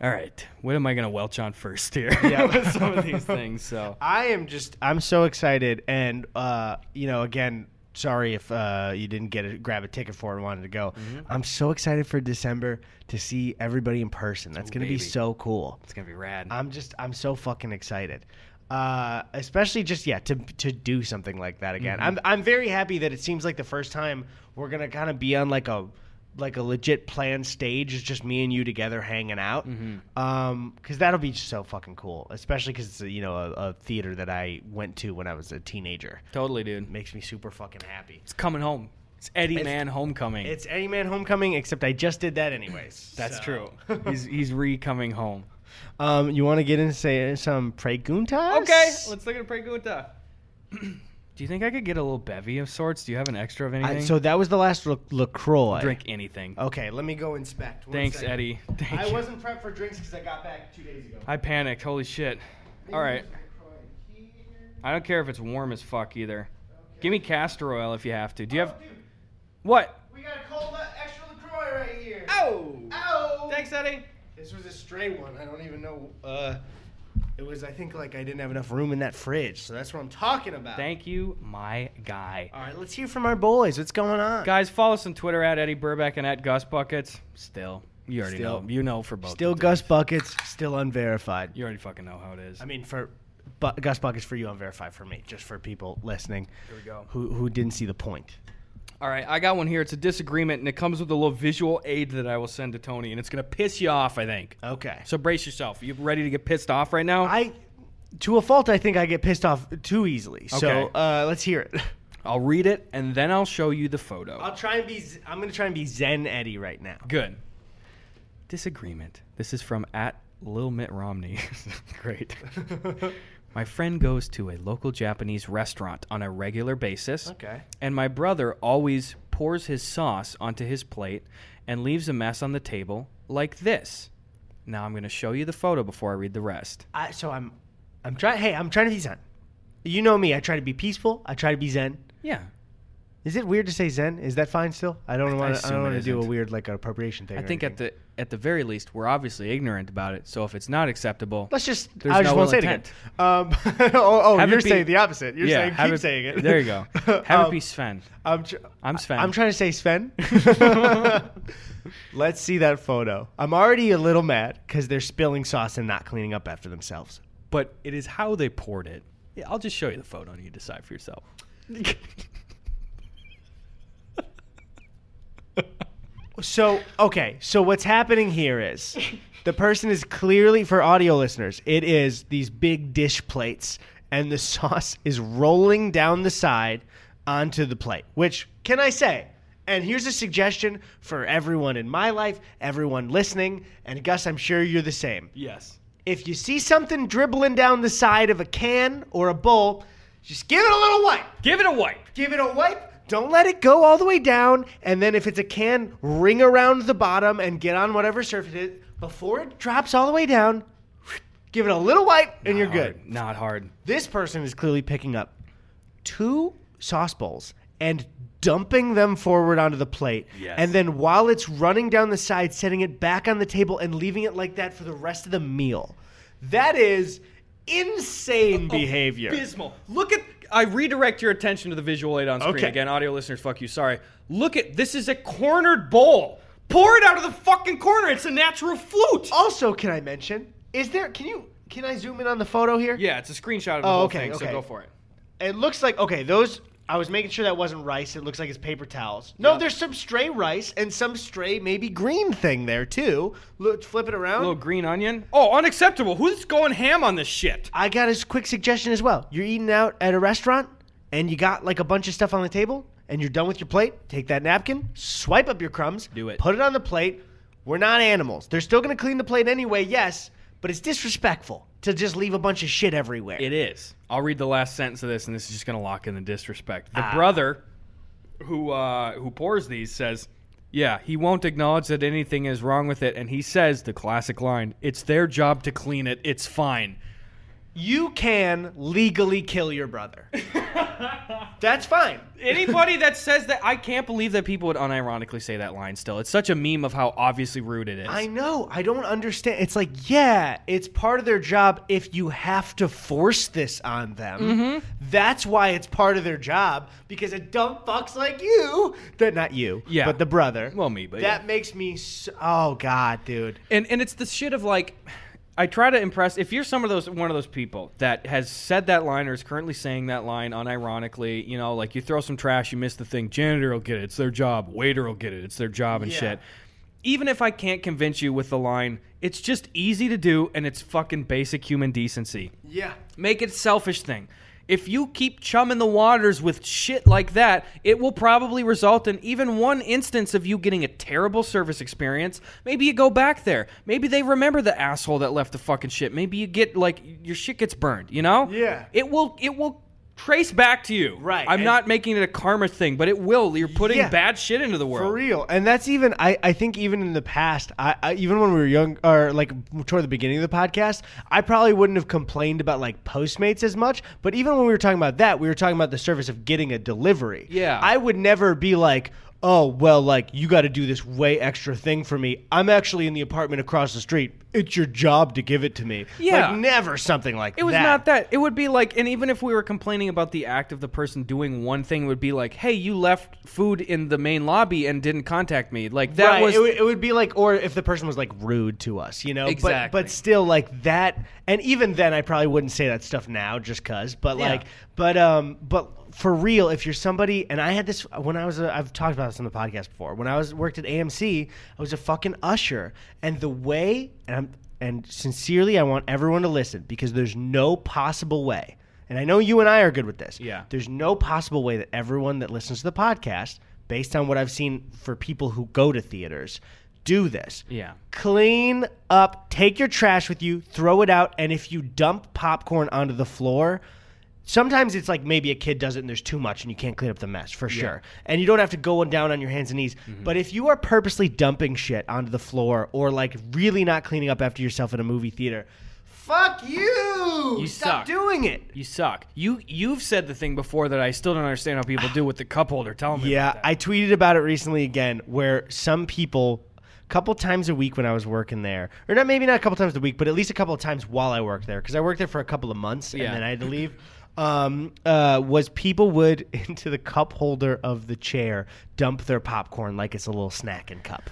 all right, what am I gonna welch on first here? Yeah. [laughs] with some of these things. So I am just I'm so excited and uh you know again sorry if uh you didn't get a, grab a ticket for it and wanted to go. I'm so excited for December to see everybody in person. That's going to be baby. so cool. it's gonna be rad. I'm just I'm so fucking excited. Uh, especially just yeah to to do something like that again. Mm-hmm. I'm I'm very happy that it seems like the first time we're gonna kind of be on like a like a legit planned stage. It's just me and you together hanging out. Mm-hmm. Um, because that'll be just so fucking cool. Especially because it's a, you know a, a theater that I went to when I was a teenager. totally, dude. makes me super fucking happy. It's coming home. It's Eddie Man homecoming. It's Any Man Homecoming, except I just did that anyways. that's so. [laughs] true. he's he's re coming home. Um, you want to get into say some preguntas? Okay, let's look at Pregunta. [clears throat] Do you think I could get a little bevy of sorts? Do you have an extra of I- anything? so that was the last La- LaCroix. drink anything. Okay, let me go inspect. One Thanks, second. Eddie. Thank I you. wasn't prepped for drinks because I got back two days ago. I panicked. Holy shit. All right. LaCroix here. I don't care if it's warm as fuck either. Okay. Give me castor oil if you have to. Do you have what? We got a cold extra LaCroix right here. Oh. Ow! Thanks, Eddie. This was a stray one. I don't even know. Uh, it was, I think, like I didn't have enough room in that fridge. So that's what I'm talking about. Thank you, my guy. All right, let's hear from our boys. What's going on? Guys, follow us on Twitter at Eddie Burbeck and at Gus Buckets. Still, you already Still. know. You know for both. still of them. Gus Buckets, still unverified. You already fucking know how it is. I mean, for bu- Gus Buckets for you, unverified for me, just for people listening Here we go. who, who didn't see the point. All right, I got one here. It's a disagreement, and it comes with a little visual aid that I will send to Tony, and it's gonna piss you off. I think. Okay. So brace yourself. You ready to get pissed off right now? I, to a fault, I think I get pissed off too easily. So Okay. uh, let's hear it. I'll read it, and then I'll show you the photo. [laughs] I'll try and be. z- I'm gonna try and be Zen Eddie right [laughs] now. Good. Disagreement. This is from at Lil Mitt Romney. [laughs] [laughs] Great. my friend goes to a local Japanese restaurant on a regular basis. Okay. And my brother always pours his sauce onto his plate and leaves a mess on the table like this. Now I'm going to show you the photo before I read the rest. I, so I'm, I'm trying. Hey, I'm trying to be Zen. You know me. I try to be peaceful. I try to be Zen. Yeah. Is it weird to say Zen? Is that fine still? I don't want. I assume it don't want to do a isn't. weird like appropriation thing. I or think at anything. the at the very least we're obviously ignorant about it. So if it's not acceptable, Let's just. There's I just no won't ill say intent. it again. Um, oh, oh Have it you're be- saying the opposite. You're saying have keep it- saying it. [laughs] There [laughs] you go. Have it Um, be Sven. I'm. Tr- I'm Sven. I'm trying to say [laughs] Sven. Let's see that photo. I'm already a little mad because they're spilling sauce and not cleaning up after themselves. but it is how they poured it. Yeah, I'll just show you the photo and you decide for yourself. So, okay. So, what's happening here is the person is clearly, for audio listeners, it is these big dish plates, and the [laughs] sauce is rolling down the side onto the plate, which, can I say? And here's a suggestion for everyone in my life, everyone listening, and Gus, I'm sure you're the same. Yes. If you see something dribbling down the side of a can or a bowl, just give it a little wipe. Give it a wipe. Give it a wipe. Don't let it go all the way down. And then if it's a can, ring around the bottom and get on whatever surface it is. Before it drops all the way down, give it a little wipe and you're good. Not hard. This person is clearly picking up two sauce bowls and dumping them forward onto the plate. Yes. And then while it's running down the side, setting it back on the table and leaving it like that for the rest of the meal. That is insane [laughs] Oh, behavior. Abysmal. Look at. I redirect your attention to the visual aid on screen Okay. again. Audio listeners, fuck you. Sorry. Look at. This is a cornered bowl. Pour it out of the fucking corner. It's a natural flute. Also, can I mention? Is there? Can you? Can I zoom in on the photo here? Yeah, it's a screenshot of the Oh, whole okay, thing. So okay. go for it. It looks like okay. Those. I was making sure that wasn't rice. It looks like it's paper towels. No, Yeah. there's some stray rice and some stray maybe green thing there too. Look, flip it around. little green onion. Oh, unacceptable. Who's going ham on this shit? I got a s- quick suggestion as well. You're eating out at a restaurant and you got like a bunch of stuff on the table and you're done with your plate. Take that napkin, swipe up your crumbs, Do it. put it on the plate. We're not animals. They're still going to clean the plate anyway, yes, but it's disrespectful to just leave a bunch of shit everywhere. It is. I'll read the last sentence of this, and this is just going to lock in the disrespect. The brother who uh, who pours these says, "Yeah, he won't acknowledge that anything is wrong with it, and he says the classic line: It's their job to clean it. It's fine. [laughs] you can legally kill your [laughs] brother. That's fine. Anybody that says that, I can't believe that people would unironically say that line. Still, it's such a meme of how obviously rude it is. I know. I don't understand. It's like, yeah, it's part of their job if you have to force this on them. Mm-hmm. That's why it's part of their job because a dumb fucks like you, that not you, Yeah. but the brother. Well, me, but that yeah. makes me so, oh god, dude. and and it's the shit of like I try to impress if you're some of those one of those people that has said that line or is currently saying that line unironically, you know, like you throw some trash, you miss the thing, janitor will get it, it's their job, waiter will get it, it's their job and Yeah. shit. Even if I can't convince you with the line, it's just easy to do and it's fucking basic human decency. Yeah. Make it a selfish thing. If you keep chumming the waters with shit like that, it will probably result in even one instance of you getting a terrible service experience. Maybe you go back there. Maybe they remember the asshole that left the fucking shit. Maybe you get like your shit gets burned, you know? Yeah. It will it will trace back to you. Right, I'm and- not making it a karma thing, but it will. You're putting Yeah. bad shit into the world. For real, and that's even I, I think even in the past, I, I even when we were young or like toward the beginning of the podcast, I probably wouldn't have complained about like Postmates as much. But even when we were talking about that, we were talking about the service of getting a delivery. Yeah. I would never be like, oh well, like you got to do this way extra thing for me. I'm actually in the apartment across the street. It's your job to give it to me. Yeah. like, never something like It was not that. It would be like, and even if we were complaining about the act of the person doing one thing, it would be like, hey, you left food in the main lobby and didn't contact me. Like that right. was. it, would, it would be like or if the person was like rude to us you know Exactly. but but still like that and even then i probably wouldn't say that stuff now just cuz but Yeah. like but um but for real if you're somebody and i had this when i was a, i've talked about this on the podcast before when i was worked at amc i was a fucking usher and the way and i'm and sincerely i want everyone to listen because there's no possible way and i know you and i are good with this Yeah. there's no possible way that everyone that listens to the podcast, based on what I've seen for people who go to theaters, do this. yeah. Clean up, take your trash with you, throw it out, and if you dump popcorn onto the floor, sometimes it's like maybe a kid does it and there's too much and you can't clean up the mess for sure. And you don't have to go down on your hands and knees. Mm-hmm. But if you are purposely dumping shit onto the floor or like really not cleaning up after yourself in a movie theater, fuck you! You Stop suck. doing it. You suck. You you've said the thing before that I still don't understand how people do with the cup holder. Tell me. about Yeah, that. I tweeted about it recently again, where some people, a couple times a week when I was working there, or not maybe not a couple times a week, but at least a couple of times while I worked there, because I worked there for a couple of months Yeah. and then I had to leave. Um, uh, was people would [laughs] into the cup holder of the chair dump their popcorn like it's a little snack and cup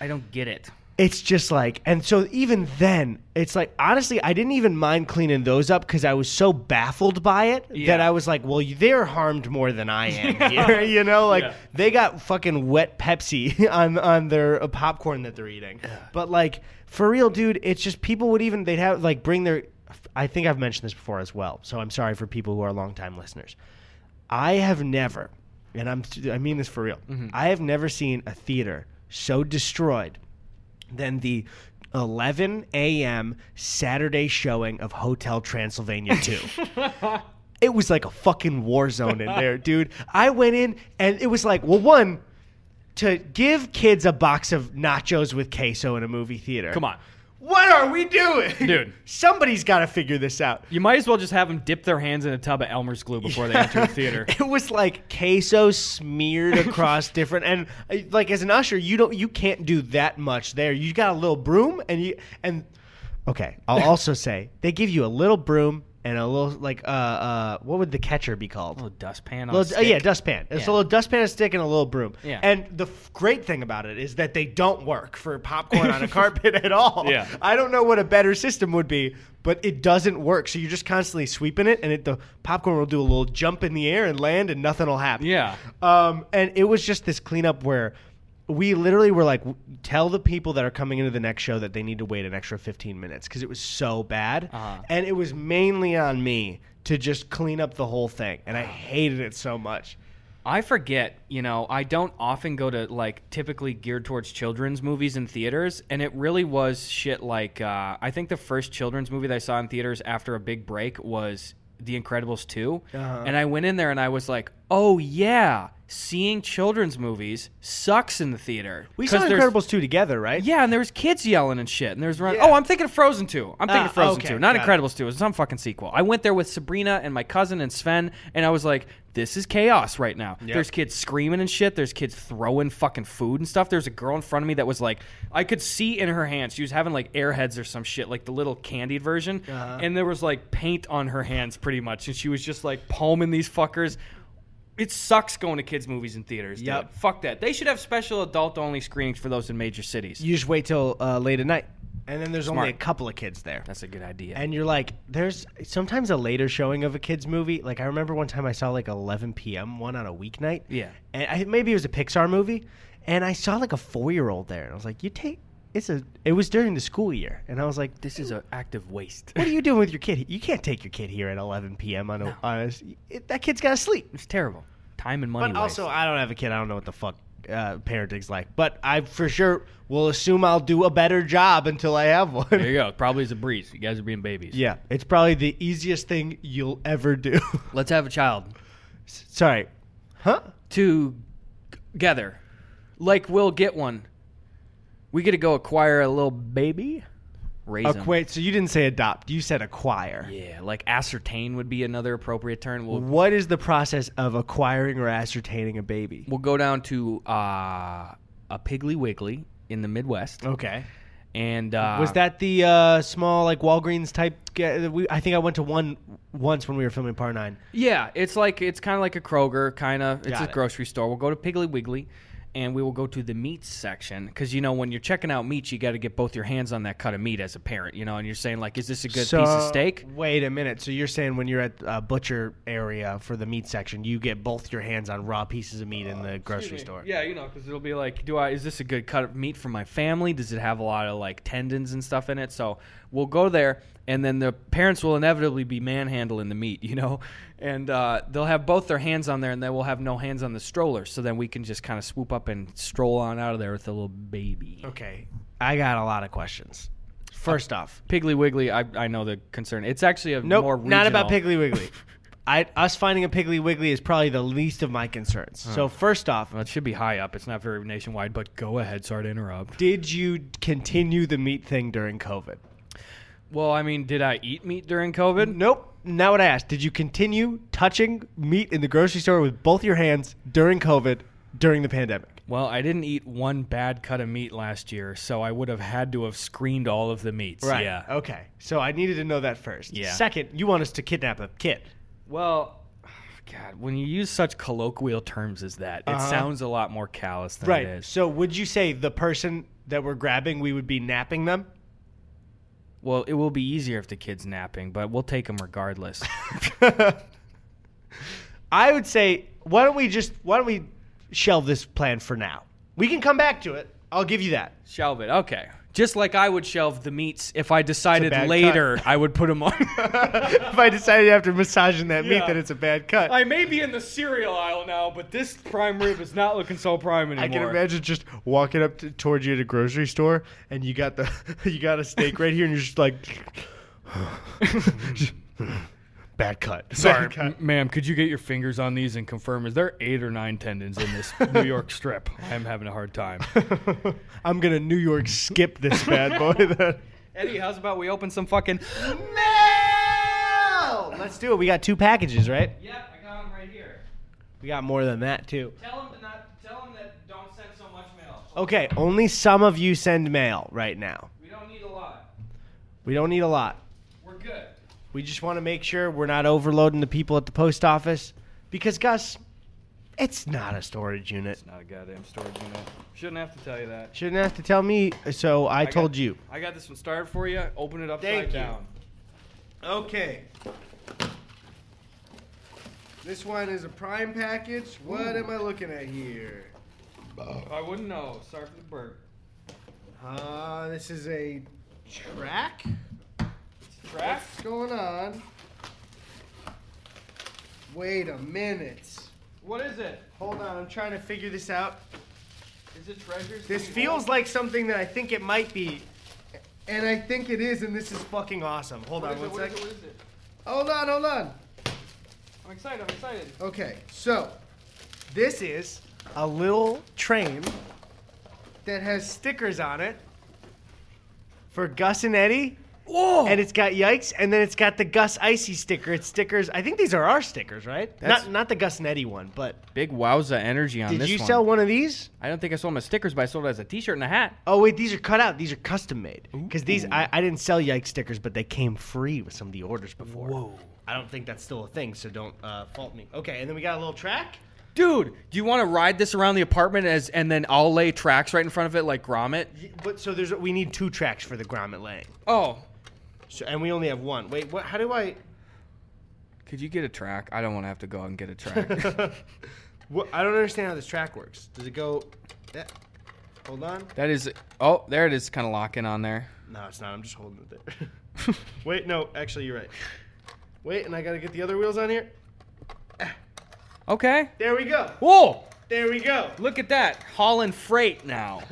I don't get it. it's just like and so even then it's like honestly i didn't even mind cleaning those up because i was so baffled by it Yeah. that i was like well you- they're harmed more than i am here you know like Yeah. they got fucking wet pepsi [laughs] on on their uh, popcorn that they're eating but like for real dude it's just people would even they'd have like bring their i think i've mentioned this before as well so i'm sorry for people who are longtime listeners I have never, and I'm I mean this for real. I have never seen a theater so destroyed than the 11 a.m. Saturday showing of Hotel Transylvania 2. it was like a fucking war zone in there, dude. I went in and it was like, well, one, to give kids a box of nachos with queso in a movie theater. Come on. What are we doing? Dude. Somebody's got to figure this out. You might as well just have them dip their hands in a tub of Elmer's glue before they enter the [laughs] theater. It was like queso smeared [laughs] across different, and uh, like as an usher, you don't, you can't do that much there. You got a little broom, and you and okay. [laughs] I'll also say they give you a little broom and a little like uh uh what would the catcher be called? little dustpan on a Little, uh, yeah, stick. dustpan. It's Yeah. a little dustpan, a stick, and a little broom. Yeah. And the f- great thing about it is that they don't work for popcorn [laughs] on a carpet at all. Yeah. I don't know what a better system would be, but it doesn't work. So you're just constantly sweeping it, and it, the popcorn will do a little jump in the air and land, and nothing will happen. Yeah. Um, and it was just this cleanup where we literally were like, w- tell the people that are coming into the next show that they need to wait an extra 15 minutes because it was so bad. Uh-huh. And it was mainly on me to just clean up the whole thing. And I hated it so much. I forget, you know, I don't often go to like typically geared towards children's movies in theaters, and it really was shit like uh, I think the first children's movie that I saw in theaters after a big break was The Incredibles 2. Uh-huh. And I went in there and I was like, oh yeah, seeing children's movies sucks in the theater. We saw 'Cause there's- Incredibles 2 together, right? Yeah, and there was kids yelling and shit, and there was run. Yeah. Oh, I'm thinking Frozen Two. I'm Ah, thinking Frozen okay, Two, not got it. Incredibles Two. It was some fucking sequel. I went there with Sabrina and my cousin and Sven, and I was like, "This is chaos right now." There's kids screaming and shit. There's kids throwing fucking food and stuff. There's a girl in front of me that was like, I could see in her hand she was having like airheads or some shit, like the little candied version, Uh-huh. and there was like paint on her hands pretty much, and she was just like palming these fuckers. It sucks going to kids' movies and theaters. dude. Yep. Fuck that. They should have special adult only screenings for those in major cities. You just wait till uh, late at night. And then there's only a Smart. couple of kids there. That's a good idea. and you're like, there's sometimes a later showing of a kids movie. Like I remember one time I saw like 11 p.m. one on a weeknight. Yeah. and I, maybe it was a Pixar movie, and I saw like a four year old there, and I was like, you take it's a. It was during the school year, and I was like, this is an act of waste. what are you doing with your kid? You can't take your kid here at 11 p.m. on a on a, it, that kid's gotta sleep. [laughs] It's terrible. Time and money. But also, I don't have a kid. I don't know what the fuck uh, parenting's like. But I for sure will assume I'll do a better job until I have one. There you go. Probably is a breeze. You guys are being [laughs] babies. Yeah, it's probably the easiest thing you'll ever do. [laughs] Let's have a child Sorry. Huh? together. Like we'll get one. We gotta go acquire a little baby. Raise him. Acquaint. So you didn't say adopt. You said acquire. Yeah, like ascertain would be another appropriate term. We'll What is the process of acquiring or ascertaining a baby? we'll go down to uh, a Piggly Wiggly in the Midwest, Okay. and uh, was that the uh, small like Walgreens type? Ga- we, I think I went to one once when we were filming Par Nine. Yeah, it's like it's kind of like a Kroger, kind of. It's Got a it. grocery store. We'll go to Piggly Wiggly, and we will go to the meats section because you know when you're checking out meats, you got to get both your hands on that cut of meat as a parent, you know. And you're saying like, is this a good piece of So- steak? Wait a minute. So you're saying when you're at a butcher area for the meat section, you get both your hands on raw pieces of meat in the grocery store? Uh, Yeah, you know, because it'll be like, do I? Is this a good cut of meat for my family? Does it have a lot of like tendons and stuff in it? So we'll go there, and then the parents will inevitably be manhandling the meat, [laughs] you know, and uh, they'll have both their hands on there, and they will have no hands on the stroller. So then we can just kind of swoop up and stroll on out of there with a little baby. Okay. I got a lot of questions. First off, Piggly Wiggly, I, I know the concern. It's actually a nope, more regional. not about Piggly [laughs] Wiggly. I, us finding a Piggly Wiggly is probably the least of my concerns. So first off, Well, it should be high up. It's not very nationwide, but go ahead. Sorry to interrupt. did you continue the meat thing during COVID? Well, I mean, did I eat meat during COVID? Nope. Not what I asked. Did you continue touching meat in the grocery store with both your hands during COVID, during the pandemic? Well, I didn't eat one bad cut of meat last year, so I would have had to have screened all of the meats. Yeah. Okay. So I needed to know that first. Yeah. Second, you want us to kidnap a kid. Well, God, when you use such colloquial terms as that, it sounds a lot more callous than it Right. is. So would you say the person that we're grabbing, we would be napping them? Well, it will be easier if the kid's napping, but we'll take him [laughs] regardless. [laughs] I would say, why don't we just, why don't we shelve this plan for now? We can come back to it. I'll give you that. Shelve it. Okay. Just like I would shelve the meats if I decided bad later I would put them on. [laughs] if I decided after massaging that meat Yeah. that it's a bad cut. [laughs] I may be in the cereal aisle now, but this prime rib is not looking so prime anymore. I can imagine just walking up to, towards you at a grocery store, and you got the [laughs] you got a steak right here, and you're just like, [sighs] bad [laughs] cut. [laughs] Sorry, Bad m- cut. ma'am. Could you get your fingers on these and confirm? Is there eight or nine tendons in [laughs] this New York strip? I'm having a hard time. [laughs] I'm gonna New York skip this bad boy. Then. Eddie, how's about we open some fucking Mail. [laughs] Let's do it. We got two packages, right? Yep, I got him right here. We got more than that too. Tell him to not. Tell him that don't send so much mail. Okay, only some of you send mail right now. We don't need a lot. We don't need a lot. We're good. We just want to make sure we're not overloading the people at the post office, because Gus, it's not a storage unit. Not a goddamn storage unit. Shouldn't have to tell you that. Shouldn't have to tell me, so I, got- told you. I got this one started for you. Open it upside Thank you. down. Okay. This one is a prime package. What am I looking at here? I wouldn't know. Sorry for the burp. Uh, this is a track. Track? What's going on? Wait a minute. What is it? Hold on, I'm trying to figure this out. Is it treasures? This feels like something that I think it might be. And I think it is, and this is fucking awesome. Hold What on is, it? one What, is sec. it? what is it? Hold on, hold on. I'm excited. I'm excited. Okay, so this is a little train that has stickers on it for Gus and Eddie. Whoa! And it's got yikes, and then it's got the Gus Icy sticker. It's stickers. I think these are our stickers, right? That's- not not the Gus and Eddie one, but Big wowza energy on did this you one. sell one of these? I don't think I sold my stickers, but I sold it as a T-shirt and a hat. Oh wait, these are cut out. These are custom made. Because these I, I didn't sell yikes stickers, but they came free with some of the orders before. Whoa. I don't think that's still a thing, so don't uh, fault me. Okay, and then we got a little track. Dude, do you want to ride this around the apartment as and then I'll lay tracks right in front of it like grommet? Y- But so there's we need two tracks for the grommet laying. Oh, So, and we only have one. Wait, what? How do I? [laughs] could you get a track? I don't want to have to go out and get [laughs] a track. what, I don't understand how this track works. Does it go? eh, hold on. that is Oh, there it is kind of locking on there. No, it's not. I'm just holding it there. [laughs] Wait, no. Actually, you're right. Wait, and I gotta get the other wheels on here. Okay. There we go. Whoa! There we go. Look at that, hauling freight now.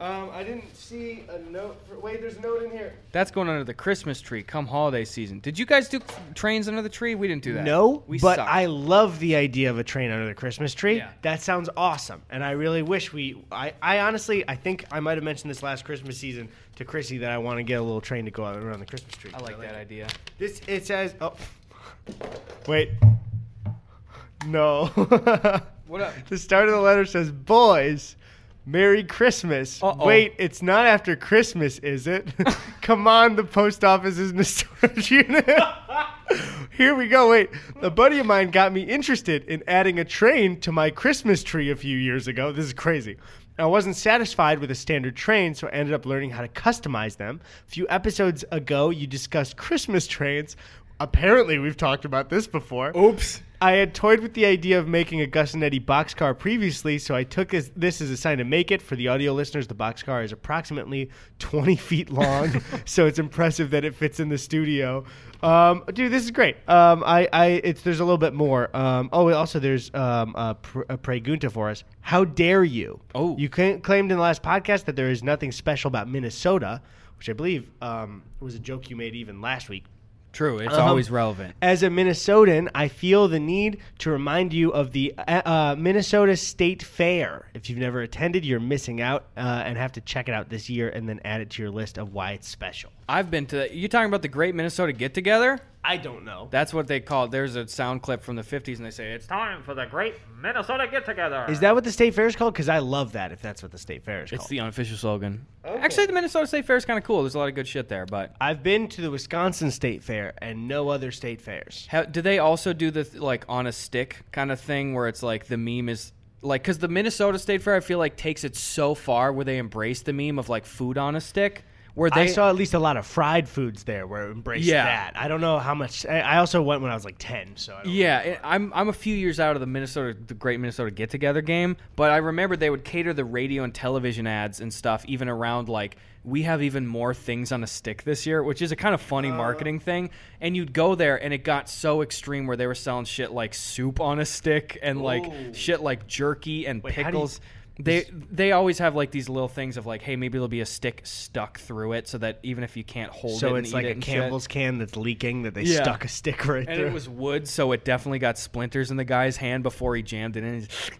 Um, I didn't see a note. For, wait, there's a note in here. That's going under the Christmas tree come holiday season. Did you guys do trains under the tree? We didn't do that. No, we but suck. I love the idea of a train under the Christmas tree. Yeah. That sounds awesome, and I really wish we. I, I honestly, I think I might have mentioned this last Christmas season to Chrissy that I want to get a little train to go out around the Christmas tree. I like that idea. This it says. Oh, wait. No. What up? [laughs] The start of the letter says, "Boys, Merry Christmas." Uh-oh. Wait, it's not after Christmas, is it? [laughs] Come on, the post office is in the storage unit. [laughs] Here we go. Wait, a buddy of mine got me interested in adding a train to my Christmas tree a few years ago. This is crazy. I wasn't satisfied with a standard train, so I ended up learning how to customize them. A few episodes ago, you discussed Christmas trains. Apparently, we've talked about this before. Oops. I had toyed with the idea of making a Gus and Eddie boxcar previously, so I took this, this as a sign to make it. For the audio listeners, the boxcar is approximately 20 feet long, so it's impressive that it fits in the studio. Um, dude, this is great. Um, I, I, it's, there's a little bit more. Um, oh, and also, there's um, a, pr- a pregunta for us. How dare you? Oh. You ca- claimed in the last podcast that there is nothing special about Minnesota, which I believe um, was a joke you made even last week. True. It's Uh-huh. always relevant. As a Minnesotan, I feel the need to remind you of the uh, uh, Minnesota State Fair. If you've never attended, you're missing out uh, and have to check it out this year and then add it to your list of why it's special. I've been to that. You talking about the Great Minnesota Get Together? I don't know. That's what they call it. There's a sound clip from the 50s, and they say it's time for the Great Minnesota Get Together. Is that what the State Fair is called? Because I love that if that's what the State Fair is It's called. the unofficial slogan. Actually, the Minnesota State Fair is kind of cool. There's a lot of good shit there, but I've been to the Wisconsin State Fair and no other state fairs. How, do they also do the th- like on a stick kind of thing where it's like the meme is like because the Minnesota State Fair I feel like takes it so far where they embrace the meme of like food on a stick where they I saw at least a lot of fried foods there where it embraced Yeah. that. I don't know how much. I, I also went when I was like 10, so I don't yeah it- I'm I'm a few years out of the Minnesota the Great Minnesota Get Together game but I remember they would cater the radio and television ads and stuff even around like we have even more things on a stick this year which is a kind of funny marketing thing and you'd go there and it got so extreme where they were selling shit like soup on a stick and like shit like jerky and how do you- pickles. They they always have like these little things of like, hey, maybe there'll be a stick stuck through it, so that even if you can't hold it, So and it's eat like it a and shit. Campbell's can that's leaking that they Yeah. stuck a stick right And through. it was wood, so it definitely got splinters in the guy's hand before he jammed it in. He's-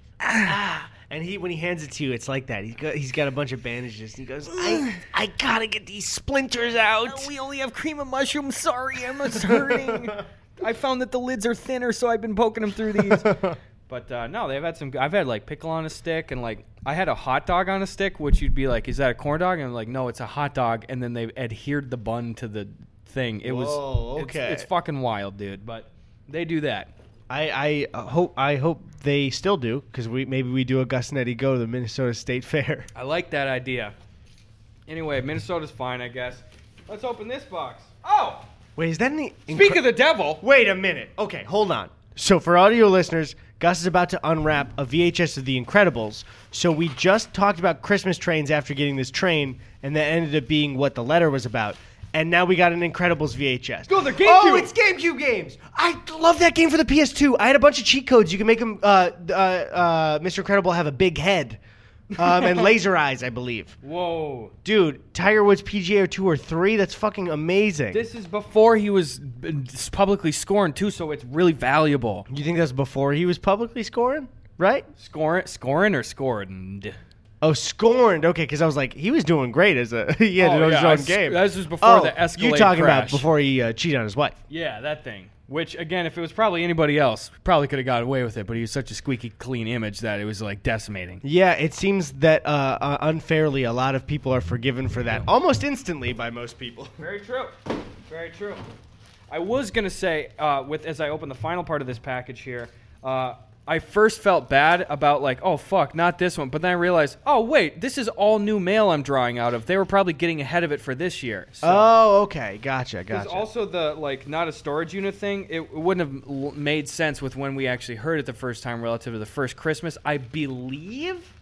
And he, when he hands it to you, it's like that. He got, he's got a bunch of bandages. He goes, I, I gotta get these splinters out. we only have cream of mushroom. Sorry, [laughs] I'm hurting. I found that the lids are thinner, so I've been poking them [laughs] through these. but uh, no, they've had some. g- I've had like pickle on a stick, and like I had a hot dog on a stick, which you'd be like, "Is that a corn dog?" And I'm like, "No, it's a hot dog." And then they adhered the bun to the thing. It Whoa, was okay. It's, it's fucking wild, dude. But they do that. I, I uh, hope I hope they still do because we maybe we do a Gus and Eddie go to the Minnesota State Fair. I like that idea. Anyway, Minnesota's fine, I guess. Let's open this box. Oh, Wait, is that any? speak of the devil. Wait a minute. Okay, hold on. So for audio listeners, Gus is about to unwrap a VHS of The Incredibles. So we just talked about Christmas trains after getting this train, and that ended up being what the letter was about. And now we got an Incredibles VHS. Go, they're Oh, GameCube! it's GameCube games. I love that game for the PS2. I had a bunch of cheat codes. You can make him, uh, uh, uh, Mr. Incredible, have a big head um, [laughs] and laser eyes, I believe. Whoa. Dude, Tiger Woods PGA two or three. That's fucking amazing. This is before he was uh, publicly scorned too, so it's really valuable. you think that's before he was publicly scoring, right? Scorn, scorn or scorned? Oh, scorned. Okay, because I was like, he was doing great as a [laughs] he had Oh, it on his yeah, own sc- game. Oh, this was before the You Escalade talking about crash. before he uh, cheated on his wife? Yeah, that thing. Which again, if it was probably anybody else, probably could have got away with it. But he was such a squeaky clean image that it was like decimating. Yeah, it seems that uh, uh, unfairly, a lot of people are forgiven for that almost instantly by most people. [laughs] Very true. Very true. I was gonna say, uh, with as I open the final part of this package here, uh, I first felt bad about like, oh fuck, not this one. But then I realized, oh wait, this is all new mail I'm drawing out of. They were probably getting ahead of it for this year. So. Oh, okay, gotcha, Because gotcha. also the like not a storage unit thing, it, it wouldn't have l- made sense with when we actually heard it the first time relative to the first Christmas. I believe.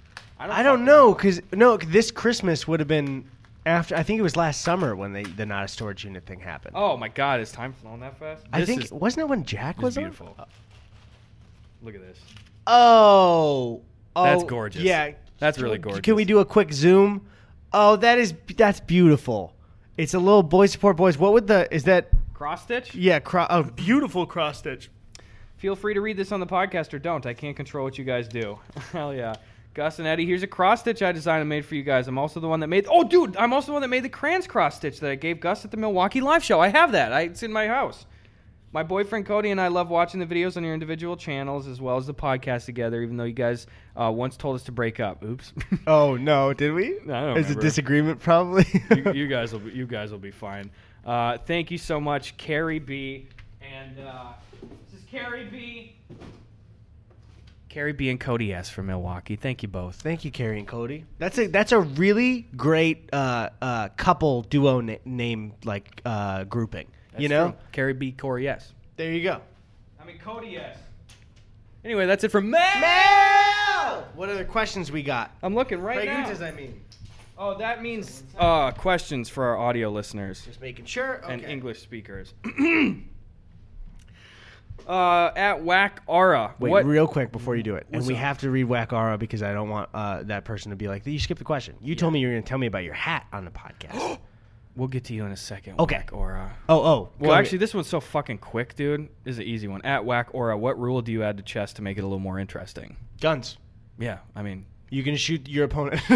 I don't fucking know because no, this Christmas would have been after. I think it was last summer when they, the not a storage unit thing happened. Oh my god, is time flown that fast? I This think is- wasn't it when Jack this is was on? beautiful. Look at this. Oh, oh, That's gorgeous. Yeah, That's really Can we- gorgeous. Can we do a quick zoom? Oh, that is that's beautiful. It's a little boy support boys. What would the is that? Cross stitch? Yeah, cro- oh, beautiful cross stitch. Feel free to read this on the podcast or don't. I can't control what you guys do. [laughs] Hell yeah. Gus and Eddie, here's a cross stitch I designed and made for you guys. I'm also the one that made. Oh, dude, I'm also the one that made the crayons cross stitch that I gave Gus at the Milwaukee live show. I have that. I, it's in my house. My boyfriend Cody and I love watching the videos on your individual channels as well as the podcast together. Even though you guys uh, once told us to break up. Oops. [laughs] Oh no, did we? I don't It's a remember. disagreement, probably. you, you guys will be, you guys will be fine. Uh, thank you so much, Carrie B. And uh, this is Carrie B. Carrie B. and Cody S. from Milwaukee. Thank you both. [laughs] Thank you, Carrie and Cody. That's a that's a really great uh, uh, couple duo na- name like uh, grouping. you know, Carrie B. Corey S. there you go. I mean Cody S. Anyway, that's it from Matt. What other questions we got? I'm looking right now. I mean. Oh, that means uh, questions for our audio listeners. Just making sure. and English speakers. [clears throat] uh, at Whack Aura. Wait, what? real quick before you do it, and What's we up? have to read Wackara because I don't want uh, that person to be like, "You skipped the question. You told me you were going to tell me about your hat on the [gasps] podcast." oh, we'll get to you in a second. Okay. Whack Aura. oh. Well, go actually, ahead. this one's so fucking quick, dude. This is an easy one. At Whack Aura, what rule do you add to chess to make it a little more interesting? guns. Yeah, I mean, You can shoot your opponent. [laughs]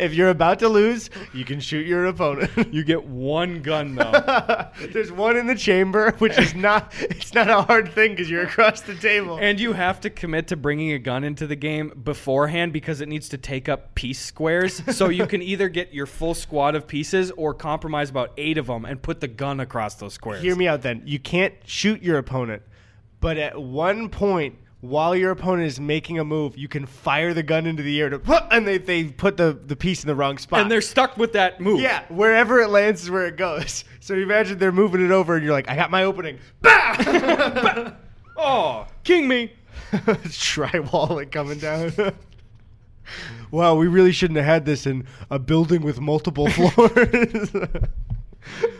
if you're about to lose, you can shoot your opponent. [laughs] You get one gun though. There's one in the chamber, which is not. It's not a hard thing because you're across the table. and you have to commit to bringing a gun into the game beforehand because it needs to take up [laughs] piece squares. so you can either get your full squad of pieces or compromise about eight of them and put the gun across those squares. Hear me out then. You can't shoot your opponent, but at one point while your opponent is making a move, you can fire the gun into the air to [laughs] and they, they put the, the piece in the wrong spot. and they're stuck with that move. yeah, wherever it lands is where it goes. [laughs] So you imagine they're moving it over and you're like, I got my opening. [laughs] Bah! Oh, king me. Drywall it coming down. [laughs] wow, we really shouldn't have had this in a building with multiple [laughs] floors. [laughs]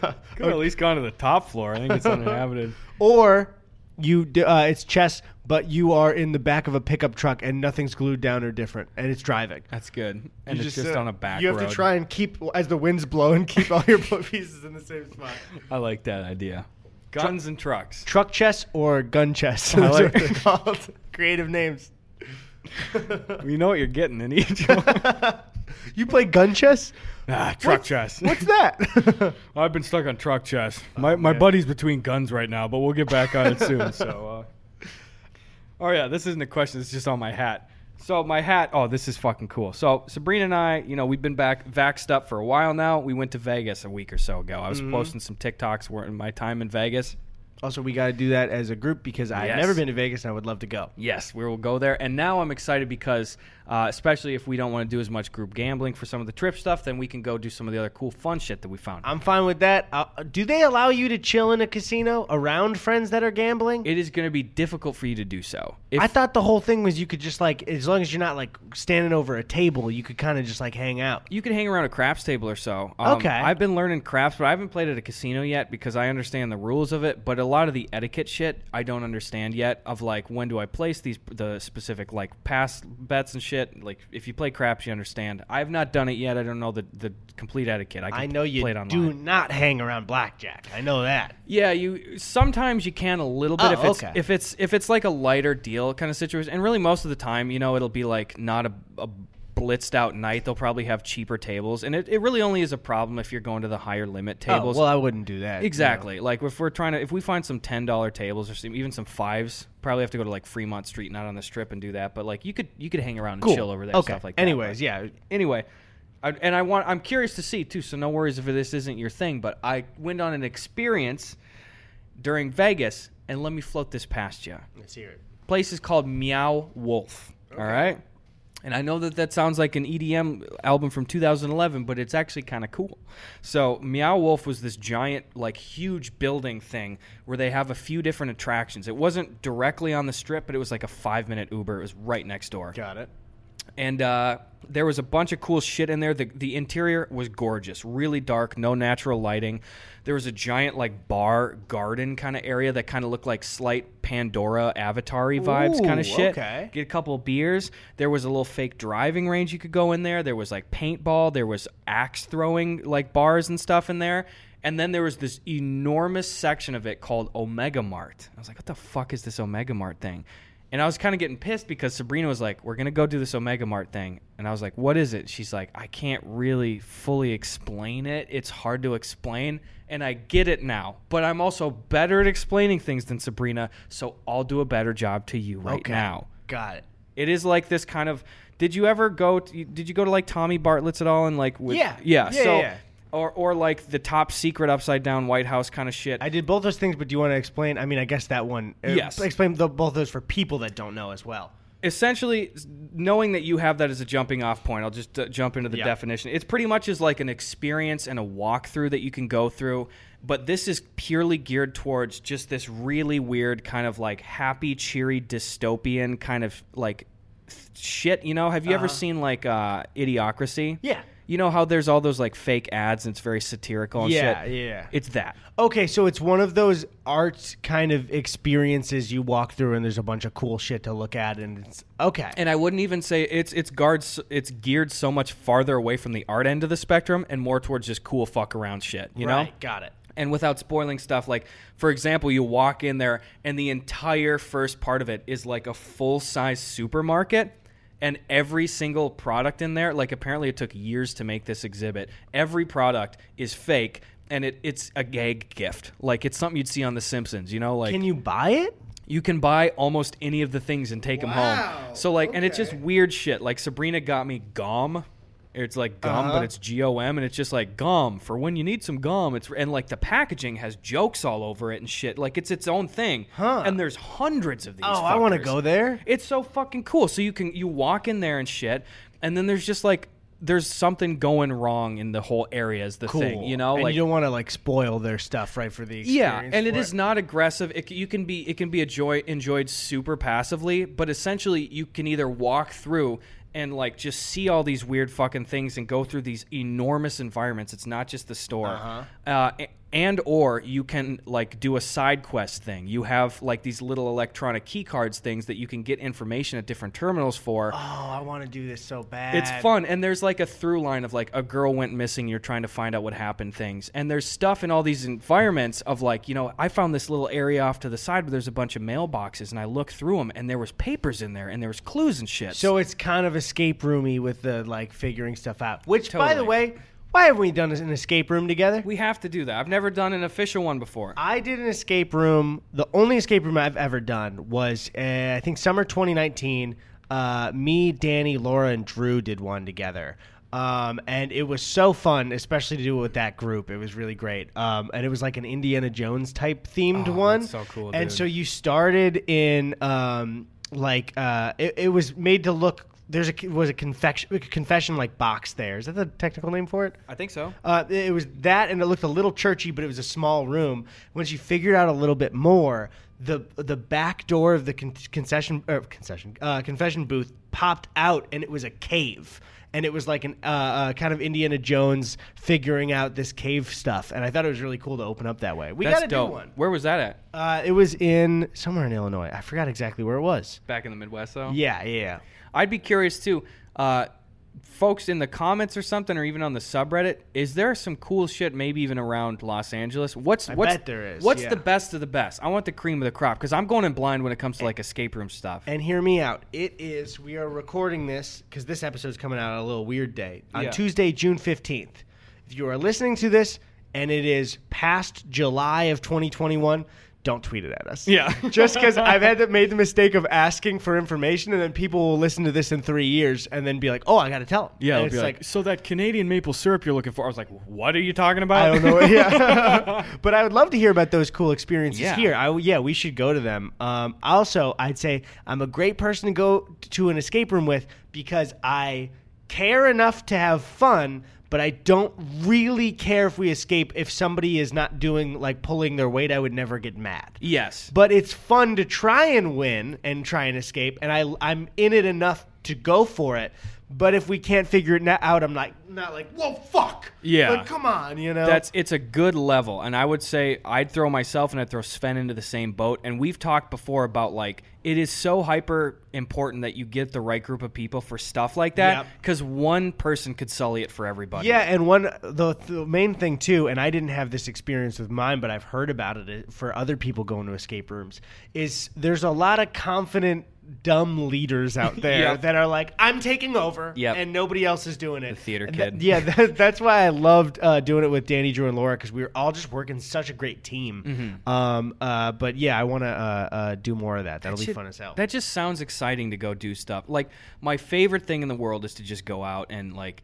Could have at least gone to the top floor. I think [laughs] it's uninhabited. Or you, d- uh, it's chess, but you are in the back of a pickup truck and nothing's glued down or different, and it's driving. That's good. And You it's just uh, on a back You have road. to try and keep as the winds blow and keep all your [laughs] pieces in the same spot. I like that idea. Guns and trucks. Truck chess or gun chess? That's like- what they're called. [laughs] Creative names. You know what you're getting in [laughs] each one. [laughs] you play gun [laughs] chess? ah, truck What's- chess. What's [laughs] that? [laughs] I've been stuck on truck chess. Oh, My my man. buddy's between guns right now, but we'll get back on it soon. So, [laughs] uh, oh yeah, this isn't a question. It's just on my hat. So my hat. Oh, this is fucking cool. So Sabrina and I, you know, we've been back vaxxed up for a while now. We went to Vegas a week or so ago. I was Mm-hmm. posting some TikToks were in my time in Vegas. also, we got to do that as a group because I've Yes. never been to Vegas and I would love to go. Yes, we will go there. And now I'm excited because, uh, especially if we don't want to do as much group gambling for some of the trip stuff, then we can go do some of the other cool fun shit that we found. I'm fine with that. Uh, do they allow you to chill in a casino around friends that are gambling? it is going to be difficult for you to do so. If, I thought the whole thing was you could just like, as long as you're not like standing over a table, you could kind of just like hang out. You could hang around a craps table or so. Um, Okay. I've been learning craps, but I haven't played at a casino yet because I understand the rules of it. But a lot of the etiquette shit I don't understand yet. Of like when do I place these the specific like pass bets and shit. Like if you play craps, you understand. I've not done it yet. I don't know the the complete etiquette. I, can I know you play it online. do not hang around blackjack. I know that. Yeah, you sometimes you can a little bit Oh, if it's okay. if it's if it's like a lighter deal kind of situation. And really, most of the time, you know, it'll be like not a, a blitzed out night. They'll probably have cheaper tables, and it, it really only is a problem if you're going to the higher limit Oh, tables. Oh, well, I wouldn't do that. you know. exactly. Like if we're trying to if we find some ten dollar tables or some, even some fives, probably have to go to like Fremont Street, not on the Strip, and do that. But like you could you could hang around and Cool. chill over there, Okay. stuff like that. Anyways, yeah. anyway I, and i want i'm curious to see too so no worries if this isn't your thing but i went on an experience during vegas and let me float this past you Let's hear it. place is called meow wolf all right and i know that that sounds like an edm album from 2011 but it's actually kind of cool so meow wolf was this giant like huge building thing where they have a few different attractions it wasn't directly on the strip but it was like a five minute uber it was right next door Got it. and uh, there was a bunch of cool shit in there. The, the interior was gorgeous, really dark, no natural lighting. There was a giant like bar garden kind of area that kind of looked like slight Pandora Avatar-y vibes kind Ooh, of shit. okay. Get a couple of beers. There was a little fake driving range you could go in there. There was like paintball. There was axe throwing like bars and stuff in there. And then there was this enormous section of it called Omega Mart. I was like, what the fuck is this Omega Mart thing? And I was kind of getting pissed because Sabrina was like, "We're gonna go do this Omega Mart thing," and I was like, "What is it?" She's like, "I can't really fully explain it. It's hard to explain." And I get it now, but I'm also better at explaining things than Sabrina, so I'll do a better job to you right Okay. now. Got it. It is like this kind of. Did you ever go? To, did you go to like Tommy Bartlett's at all? And like, with, Yeah. yeah, Yeah, so, yeah, yeah. or or like the top secret upside down White House kind of shit. I did both those things, but do you want to explain? I mean, I guess that one. uh, Yes. Explain the, both those for people that don't know as well. essentially s- knowing that you have that as a jumping off point i'll just uh, jump into the Yeah. definition it's pretty much as like an experience and a walkthrough that you can go through but this is purely geared towards just this really weird kind of like happy cheery dystopian kind of like th- shit you know have you ever seen like uh idiocracy Uh-huh. Yeah. you know how there's all those like fake ads and it's very satirical and Yeah, shit yeah. it's that Okay, so it's one of those art kind of experiences you walk through, and there's a bunch of cool shit to look at, and it's okay. and I wouldn't even say it's it's guards it's geared so much farther away from the art end of the spectrum and more towards just cool fuck around shit, you know? right, got it. And without spoiling stuff, like for example, you walk in there and the entire first part of it is like a full size supermarket. And every single product in there, like apparently it took years to make this exhibit. Every product is fake, and it, it's a gag gift. Like it's something you'd see on The Simpsons, you know. Like Can you buy it? you can buy almost any of the things and take them home. So like, and it's just weird shit. Like Sabrina got me gum. It's like gum, Uh-huh. but it's G O M, and it's just like gum for when you need some gum. It's and like the packaging has jokes all over it and shit. Like it's its own thing. Huh. And there's hundreds of these. Oh, I want to fuckers. go there. It's so fucking cool. So you can you walk in there and shit, and then there's just like there's something going wrong in the whole area is the thing. You know, and like you don't want to like spoil their stuff, right? For the yeah, experience and it for is not aggressive. It, c- you can be it can be enjoy, enjoyed super passively, but essentially you can either walk through and like just see all these weird fucking things and go through these enormous environments. It's not just the store. uh Uh-huh. a- and or you can like do a side quest thing. You have like these little electronic key cards things that you can get information at different terminals for. Oh, I want to do this so bad. It's fun, and there's like a through line of like a girl went missing. You're trying to find out what happened. Things, and there's stuff in all these environments of like, you know, I found this little area off to the side where there's a bunch of mailboxes, and I looked through them, and there was papers in there, and there was clues and shit. So it's kind of escape roomy with the like figuring stuff out. Which, by the Totally. way, why haven't we done an escape room together? we have to do that. I've never done an official one before. I did an escape room. The only escape room I've ever done was uh, I think summer 2019. Uh, me, Danny, Laura, and Drew did one together. Um, and it was so fun, especially to do it with that group. It was really great. Um, and it was like an Indiana Jones type themed one. Oh, so cool, And dude. so you started in um, like uh, it, it was made to look. There's a was a confession confession like box there. Is that the technical name for it? I think so. Uh, it was that, and it looked a little churchy, but it was a small room. Once you figured out a little bit more, the the back door of the con- concession er, concession uh, confession booth popped out, and it was a cave. And it was like an uh, uh, kind of Indiana Jones figuring out this cave stuff, and I thought it was really cool to open up that way. We That's got to do dope. one. Where was that at? Uh, it was in somewhere in Illinois. I forgot exactly where it was. Back in the Midwest, though. Yeah, yeah. I'd be curious too. Uh, folks in the comments or something, or even on the subreddit, is there some cool shit? Maybe even around Los Angeles. What's what's bet there is, What's yeah. the best of the best? I want the cream of the crop because I'm going in blind when it comes to like escape room stuff. And hear me out. It is, we are recording this because this episode's coming out on a little weird day on Yeah. Tuesday, June 15th. If you are listening to this and it is past July of 2021, don't tweet it at us. Yeah. [laughs] Just because I've had to, made the mistake of asking for information and then people will listen to this in three years and then be like, oh, I got to tell. 'em." Yeah, it'll And it's be like, like, so that Canadian maple syrup you're looking for. I was like, what are you talking about? [laughs] I don't know. [laughs] Yeah, but I would love to hear about those cool experiences Yeah. here. I, yeah, we should go to them. Um, also, I'd say I'm a great person to go to an escape room with because I care enough to have fun. But I don't really care if we escape. If somebody is not doing like pulling their weight, I would never get mad. yes, But it's fun to try and win and try and escape. And I, I'm in it enough to go for it. But if we can't figure it na- out, I'm like not like whoa fuck. Yeah. like come on, you know. That's it's a good level, and I would say I'd throw myself and I'd throw Sven into the same boat. And we've talked before about like it is so hyper important that you get the right group of people for stuff like that Yep. because one person could sully it for everybody. Yeah, and one the, the main thing too, and I didn't have this experience with mine, but I've heard about it for other people going to escape rooms. Is there's a lot of confident dumb leaders [laughs] out there Yep. that are like, I'm taking over, Yep. and nobody else is doing it. The theater kid. yeah, [laughs] that, that's why I loved uh, doing it with Danny, Drew, and Laura because we were all just working such a great team. Mm-hmm. Um, uh, but yeah, I want to uh, uh, do more of that. That'll be Shit, fun as hell. That just sounds exciting to go do stuff. Like my favorite thing in the world is to just go out and like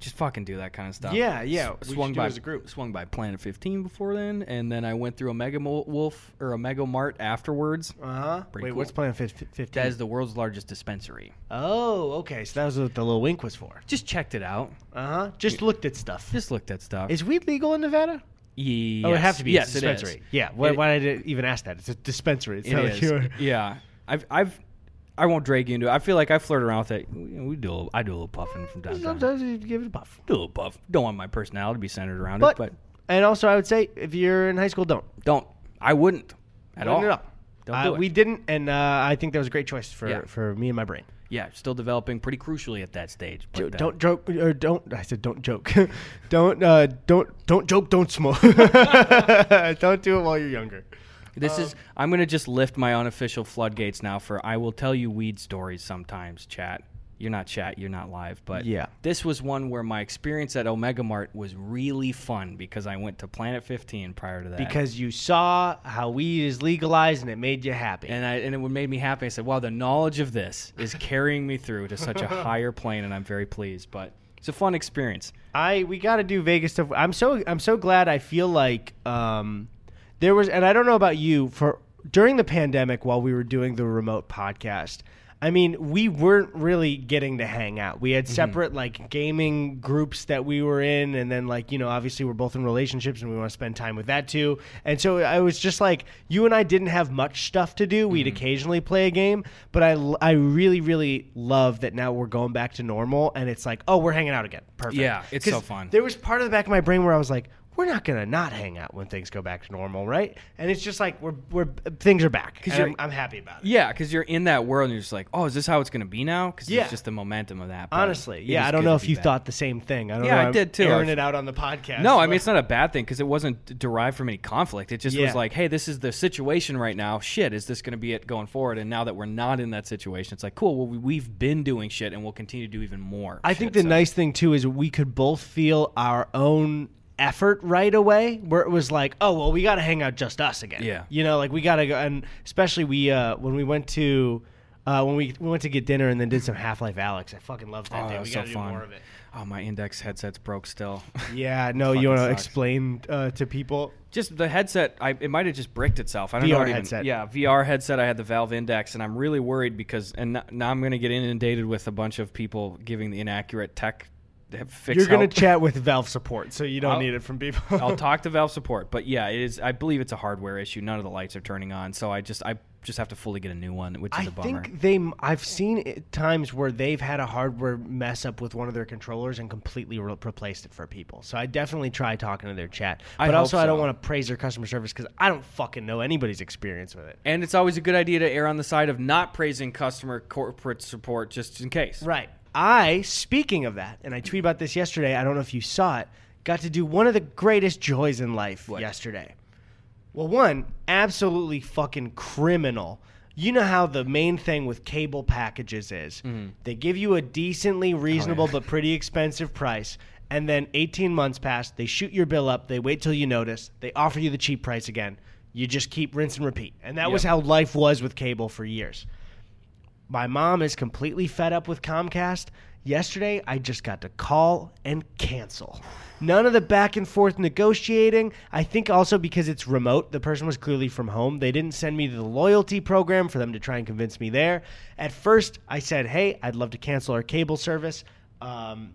just fucking do that kind of stuff. Yeah, yeah, we should swung do by it as a group. Swung by Planet 15 before then, and then I went through a Mega Mol- Wolf or a Mega Mart afterwards. uh huh. Wait, Pretty cool. what's Plan fif- Fifteen? That is the world's largest dispensary. oh, okay. So that was what the little wink was for. Just checked it out. Uh huh. Just looked at stuff. Just looked at stuff. Is weed legal in Nevada? yes. Oh, it has to be. Yes, it's a dispensary. It is. Yeah. Why, It- why did I even ask that? It's a dispensary. It's It not like you is. were- Yeah. I've I've I won't drag you into it. I feel like I flirt around with it. We we do. A little, I do a little puffing from time to time. [laughs] Sometimes you give it a puff. do a little puff. Don't want my personality to be centered around But, it, but and also, I would say if you're in high school, don't don't. I wouldn't at Lighten all. it up. Don't Uh, do it. We didn't, and uh, I think that was a great choice for, Yeah. for me and my brain. yeah, still developing pretty crucially at that stage. But, Jo- uh, don't joke or don't. I said don't joke. [laughs] don't uh, don't don't joke. Don't smoke. [laughs] don't do it while you're younger. This Um, is. I'm gonna just lift my unofficial floodgates now. For I will tell you weed stories sometimes. Chat. You're not chat. You're not live. But Yeah. this was one where my experience at Omega Mart was really fun because I went to Planet 15 prior to that. Because you saw how weed is legalized, and it made you happy. and I and it made me happy. I said, "Wow, the knowledge of this is carrying me through [laughs] to such a higher plane," and I'm very pleased. But it's a fun experience. I we got to do Vegas stuff. I'm so I'm so glad. I feel like um, there was, and I don't know about you for during the pandemic while we were doing the remote podcast. I mean, we weren't really getting to hang out. We had separate like gaming groups that we were in, and then like you know, obviously we're both in relationships and we want to spend time with that too. And so I was just like, you and I didn't have much stuff to do. We'd occasionally play a game, but I l- I really really love that now we're going back to normal, and it's like, oh, we're hanging out again. Perfect. Yeah, it's 'Cause so fun. There was part of the back of my brain where I was like, we're not gonna not hang out when things go back to normal, right? And it's just like we're we're things are back. And you're- I'm, I'm happy about it. Yeah, because you're in that world and you're just like, "Oh, is this how it's going to be now?" Because Yeah. it's just the momentum of that. but Honestly, it yeah. is I don't good know if to be you back. thought the same thing. I don't Yeah, know. I I'm did too. Airing I've- it out on the podcast. No, I mean but- it's not a bad thing because it wasn't d- derived from any conflict. It just Yeah. was like, "Hey, this is the situation right now. Shit, is this going to be it going forward?" And now that we're not in that situation, it's like, "Cool, well, we- we've been doing shit and we'll continue to do even more." I shit, think the so. nice thing too is we could both feel our own effort right away where it was like oh well we got to hang out just us again Yeah. you know like we got to go and especially we uh when we went to uh when we, we went to get dinner and then did some half-life alex i fucking loved that Oh, day that we was got so to do fun. more of it Oh, my index headset's broke still. [laughs] yeah no you Fucking want to sucks. explain uh, to people just the headset I, it might have just bricked itself i don't VR know what even- headset. yeah vr headset i had the valve index and i'm really worried because and n- now i'm going to get inundated with a bunch of people giving the inaccurate tech fix you're gonna help. [laughs] chat with valve support so you don't I'll- need it from people [laughs] i'll talk to valve support but yeah it is i believe it's a hardware issue none of the lights are turning on so i just i just have to fully get a new one which is I a bummer think they. m- I've seen it, times where they've had a hardware mess up with one of their controllers and completely re- replaced it for people. So I definitely try talking to their chat, I but hope also I don't so. want to praise their customer service because I don't fucking know anybody's experience with it. and it's always a good idea to err on the side of not praising customer corporate support just in case Right. I speaking of that, and I tweeted about this yesterday. I don't know if you saw it. Got to do one of the greatest joys in life yesterday. Well, one, absolutely fucking criminal. You know how the main thing with cable packages is they give you a decently reasonable but pretty expensive price, and then 18 months pass, they shoot your bill up, they wait till you notice, they offer you the cheap price again. You just keep rinse and repeat. And that was Yep. how life was with cable for years. My mom is completely fed up with Comcast. Yesterday, I just got to call and cancel. None of the back and forth negotiating. I think also because it's remote, the person was clearly from home. They didn't send me to the loyalty program for them to try and convince me there. At first, I said, Hey, I'd love to cancel our cable service. Um,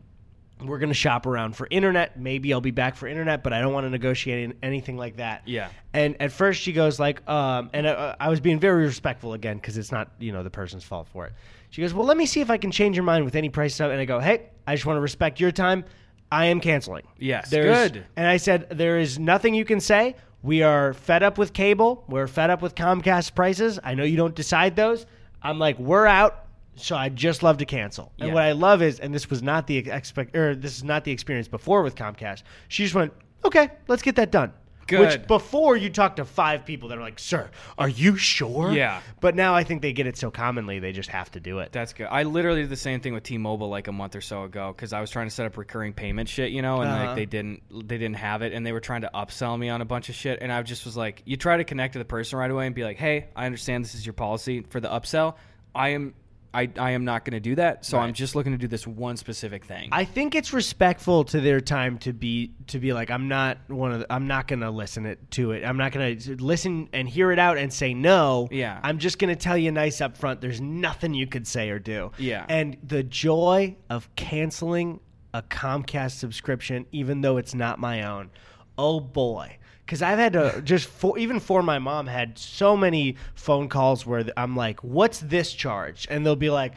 We're going to shop around for internet. Maybe I'll be back for internet, but I don't want to negotiate in- anything like that. Yeah. And at first she goes like, um, and uh, I was being very respectful again because it's not you know the person's fault for it. She goes, well, let me see if I can change your mind with any price stuff. And I go, hey, I just want to respect your time. I am canceling. Yes, There's- good. And I said, there is nothing you can say. We are fed up with cable. We're fed up with Comcast prices. I know you don't decide those. I'm like, we're out. So I just love to cancel. And Yeah. what I love is, and this was not the expect, or this is not the experience before with Comcast. She just went, okay, let's get that done. Which Good. before you talk to five people that are like, sir, are you sure? Yeah. But now I think they get it so commonly they just have to do it. That's good. I literally did the same thing with T-Mobile like a month or so ago because I was trying to set up recurring payment shit, you know, and Uh-huh. like they didn't they didn't have it, and they were trying to upsell me on a bunch of shit, and I just was like, you try to connect to the person right away and be like, hey, I understand this is your policy for the upsell. I am I I am not going to do that, so I'm just looking to do this one specific thing. I think it's respectful to their time to be to be like I'm not one of the, I'm not gonna listen it to it I'm not gonna listen and hear it out and say no Yeah. I'm just gonna tell you nice up front there's nothing you could say or do Yeah. and the joy of canceling a Comcast subscription even though it's not my own oh boy because I've had to just for even for my mom had so many phone calls where I'm like what's this charge and they'll be like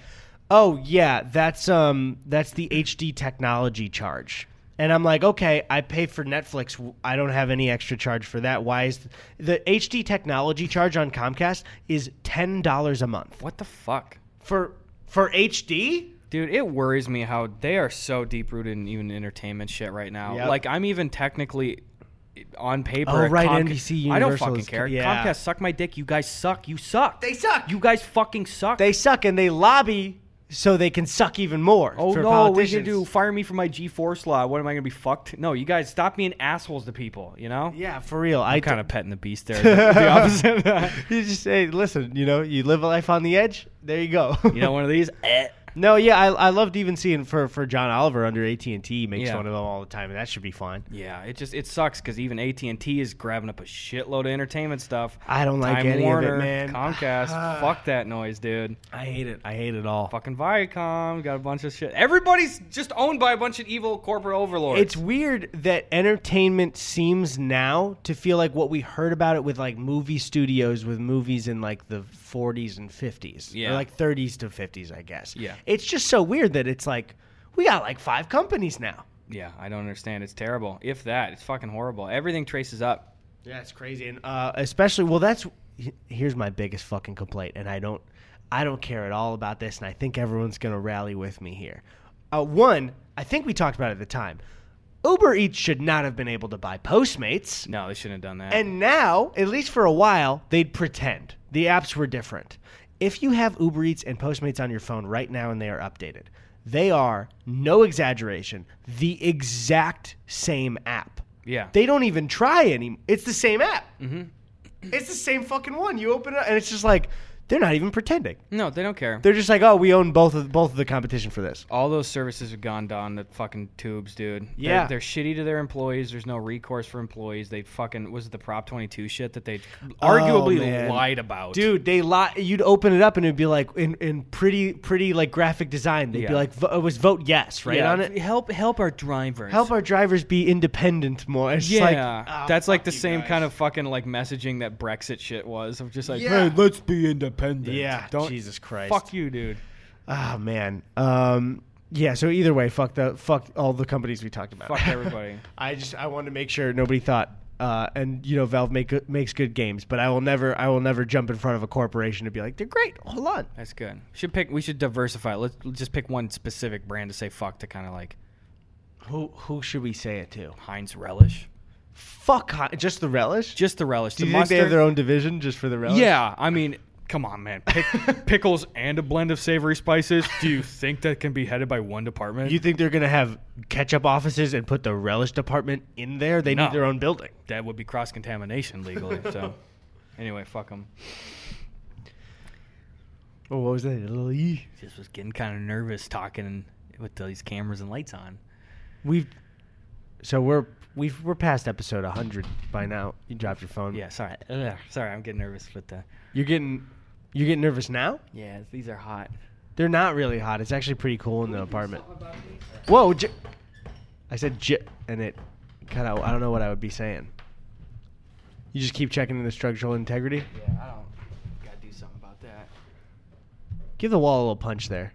oh yeah that's um that's the hd technology charge and i'm like okay i pay for netflix W- i don't have any extra charge for that why is th- the hd technology charge on comcast is $10 a month what the fuck, for for hd dude? It worries me how they are so deep rooted in even entertainment shit right now. Yep. Like I'm even technically. On paper, Oh, a right, Comca- NBC I don't Universal fucking is- care. yeah. Comcast, suck my dick. You guys suck. You suck. They suck. You guys fucking suck. they suck and they lobby so they can suck even more oh for no, we politicians. should do fire me for my G force law. What am I gonna be fucked? No, you guys stop being assholes to people. You know, yeah for real i kind of petting the beast [laughs] there. [laughs] the opposite. of that. you just say listen you know you live a life on the edge there you go You know, one of these. Eh. [laughs] No, yeah, I, I loved even seeing for, for John Oliver under AT and T makes Yeah. fun of them all the time, and that should be fun. Yeah, it just it sucks because even AT and T is grabbing up a shitload of entertainment stuff. I don't like Time any of it, Warner, man. [sighs] Comcast, fuck that noise, dude. I hate it. I hate it all. Fucking Viacom got a bunch of shit. Everybody's just owned by a bunch of evil corporate overlords. It's weird that entertainment seems now to feel like what we heard about it with like movie studios with movies in like the 40s and 50s, Yeah. or like 30s to 50s, I guess. Yeah. it's just so weird that it's like we got like five companies now. Yeah, I don't understand. It's terrible. If that, it's fucking horrible. Everything traces up. Yeah, it's crazy, and uh, especially well, that's he- here's my biggest fucking complaint, and I don't, I don't care at all about this, and I think everyone's gonna rally with me here. Uh, one, I think we talked about it at the time. Uber Eats should not have been able to buy Postmates, No, they shouldn't have done that. and now, at least for a while, they'd pretend the apps were different. If you have Uber Eats and Postmates on your phone right now, and they are updated, they are no exaggeration the exact same app. yeah. They don't even try any. It's the same app. Mm-hmm. It's the same fucking one. You open it up, and it's just like they're not even pretending. no, they don't care. They're just like, oh, we own both of both of the competition for this. All those services have gone down the fucking tubes, dude. They're- Yeah. They're, shitty to their employees. There's no recourse for employees. They fucking was it the Prop 22 shit that they arguably Oh, man. lied about. Dude, they lie. You'd open it up, and it'd be like in, in pretty pretty like graphic design. They'd be Yeah. like, vo- it was vote yes right Yeah. on it. Help help our drivers. Ah, Help our drivers be independent more. It's just yeah, like, "Oh, that's like fuck the you same guys." kind of fucking like messaging that Brexit shit was of just like, Yeah. hey, let's be independent. yeah. don't Jesus Christ. fuck you, dude. Oh man. Um. Yeah. So either way, fuck the fuck all the companies we talked about. [laughs] Fuck everybody. I just I wanted to make sure nobody thought. Uh, and you know Valve make good, makes good games, but I will never I will never jump in front of a corporation to be like they're great. Hold on, That's good. Should pick. We should diversify. Let's, let's just pick one specific brand to say fuck to kind of like who who should we say it to? Heinz relish. Fuck, Hi- just the relish. Just the relish. Do the you think they have mustard- their own division just for the relish? Yeah, I mean, come on, man. [laughs] Pick, pickles and a blend of savory spices. Do you think that can be headed by one department? You think they're gonna have ketchup offices and put the relish department in there? They No. need their own building. that would be cross contamination legally. [laughs] So, anyway, fuck them. Oh, what was that? Little E. Just was getting kind of nervous talking with these cameras and lights on. We've so we're we've we're past episode 100 by now. You dropped your phone. Yeah, sorry. Ugh, sorry, I'm getting nervous with the. You're getting you're getting nervous now. Yeah, these are hot. They're not really hot. It's actually pretty cool in the apartment. Whoa, j- I said j and it cut out. I don't know what I would be saying. You just keep checking the structural integrity. Yeah, I don't. Gotta do something about that. Give the wall a little punch there.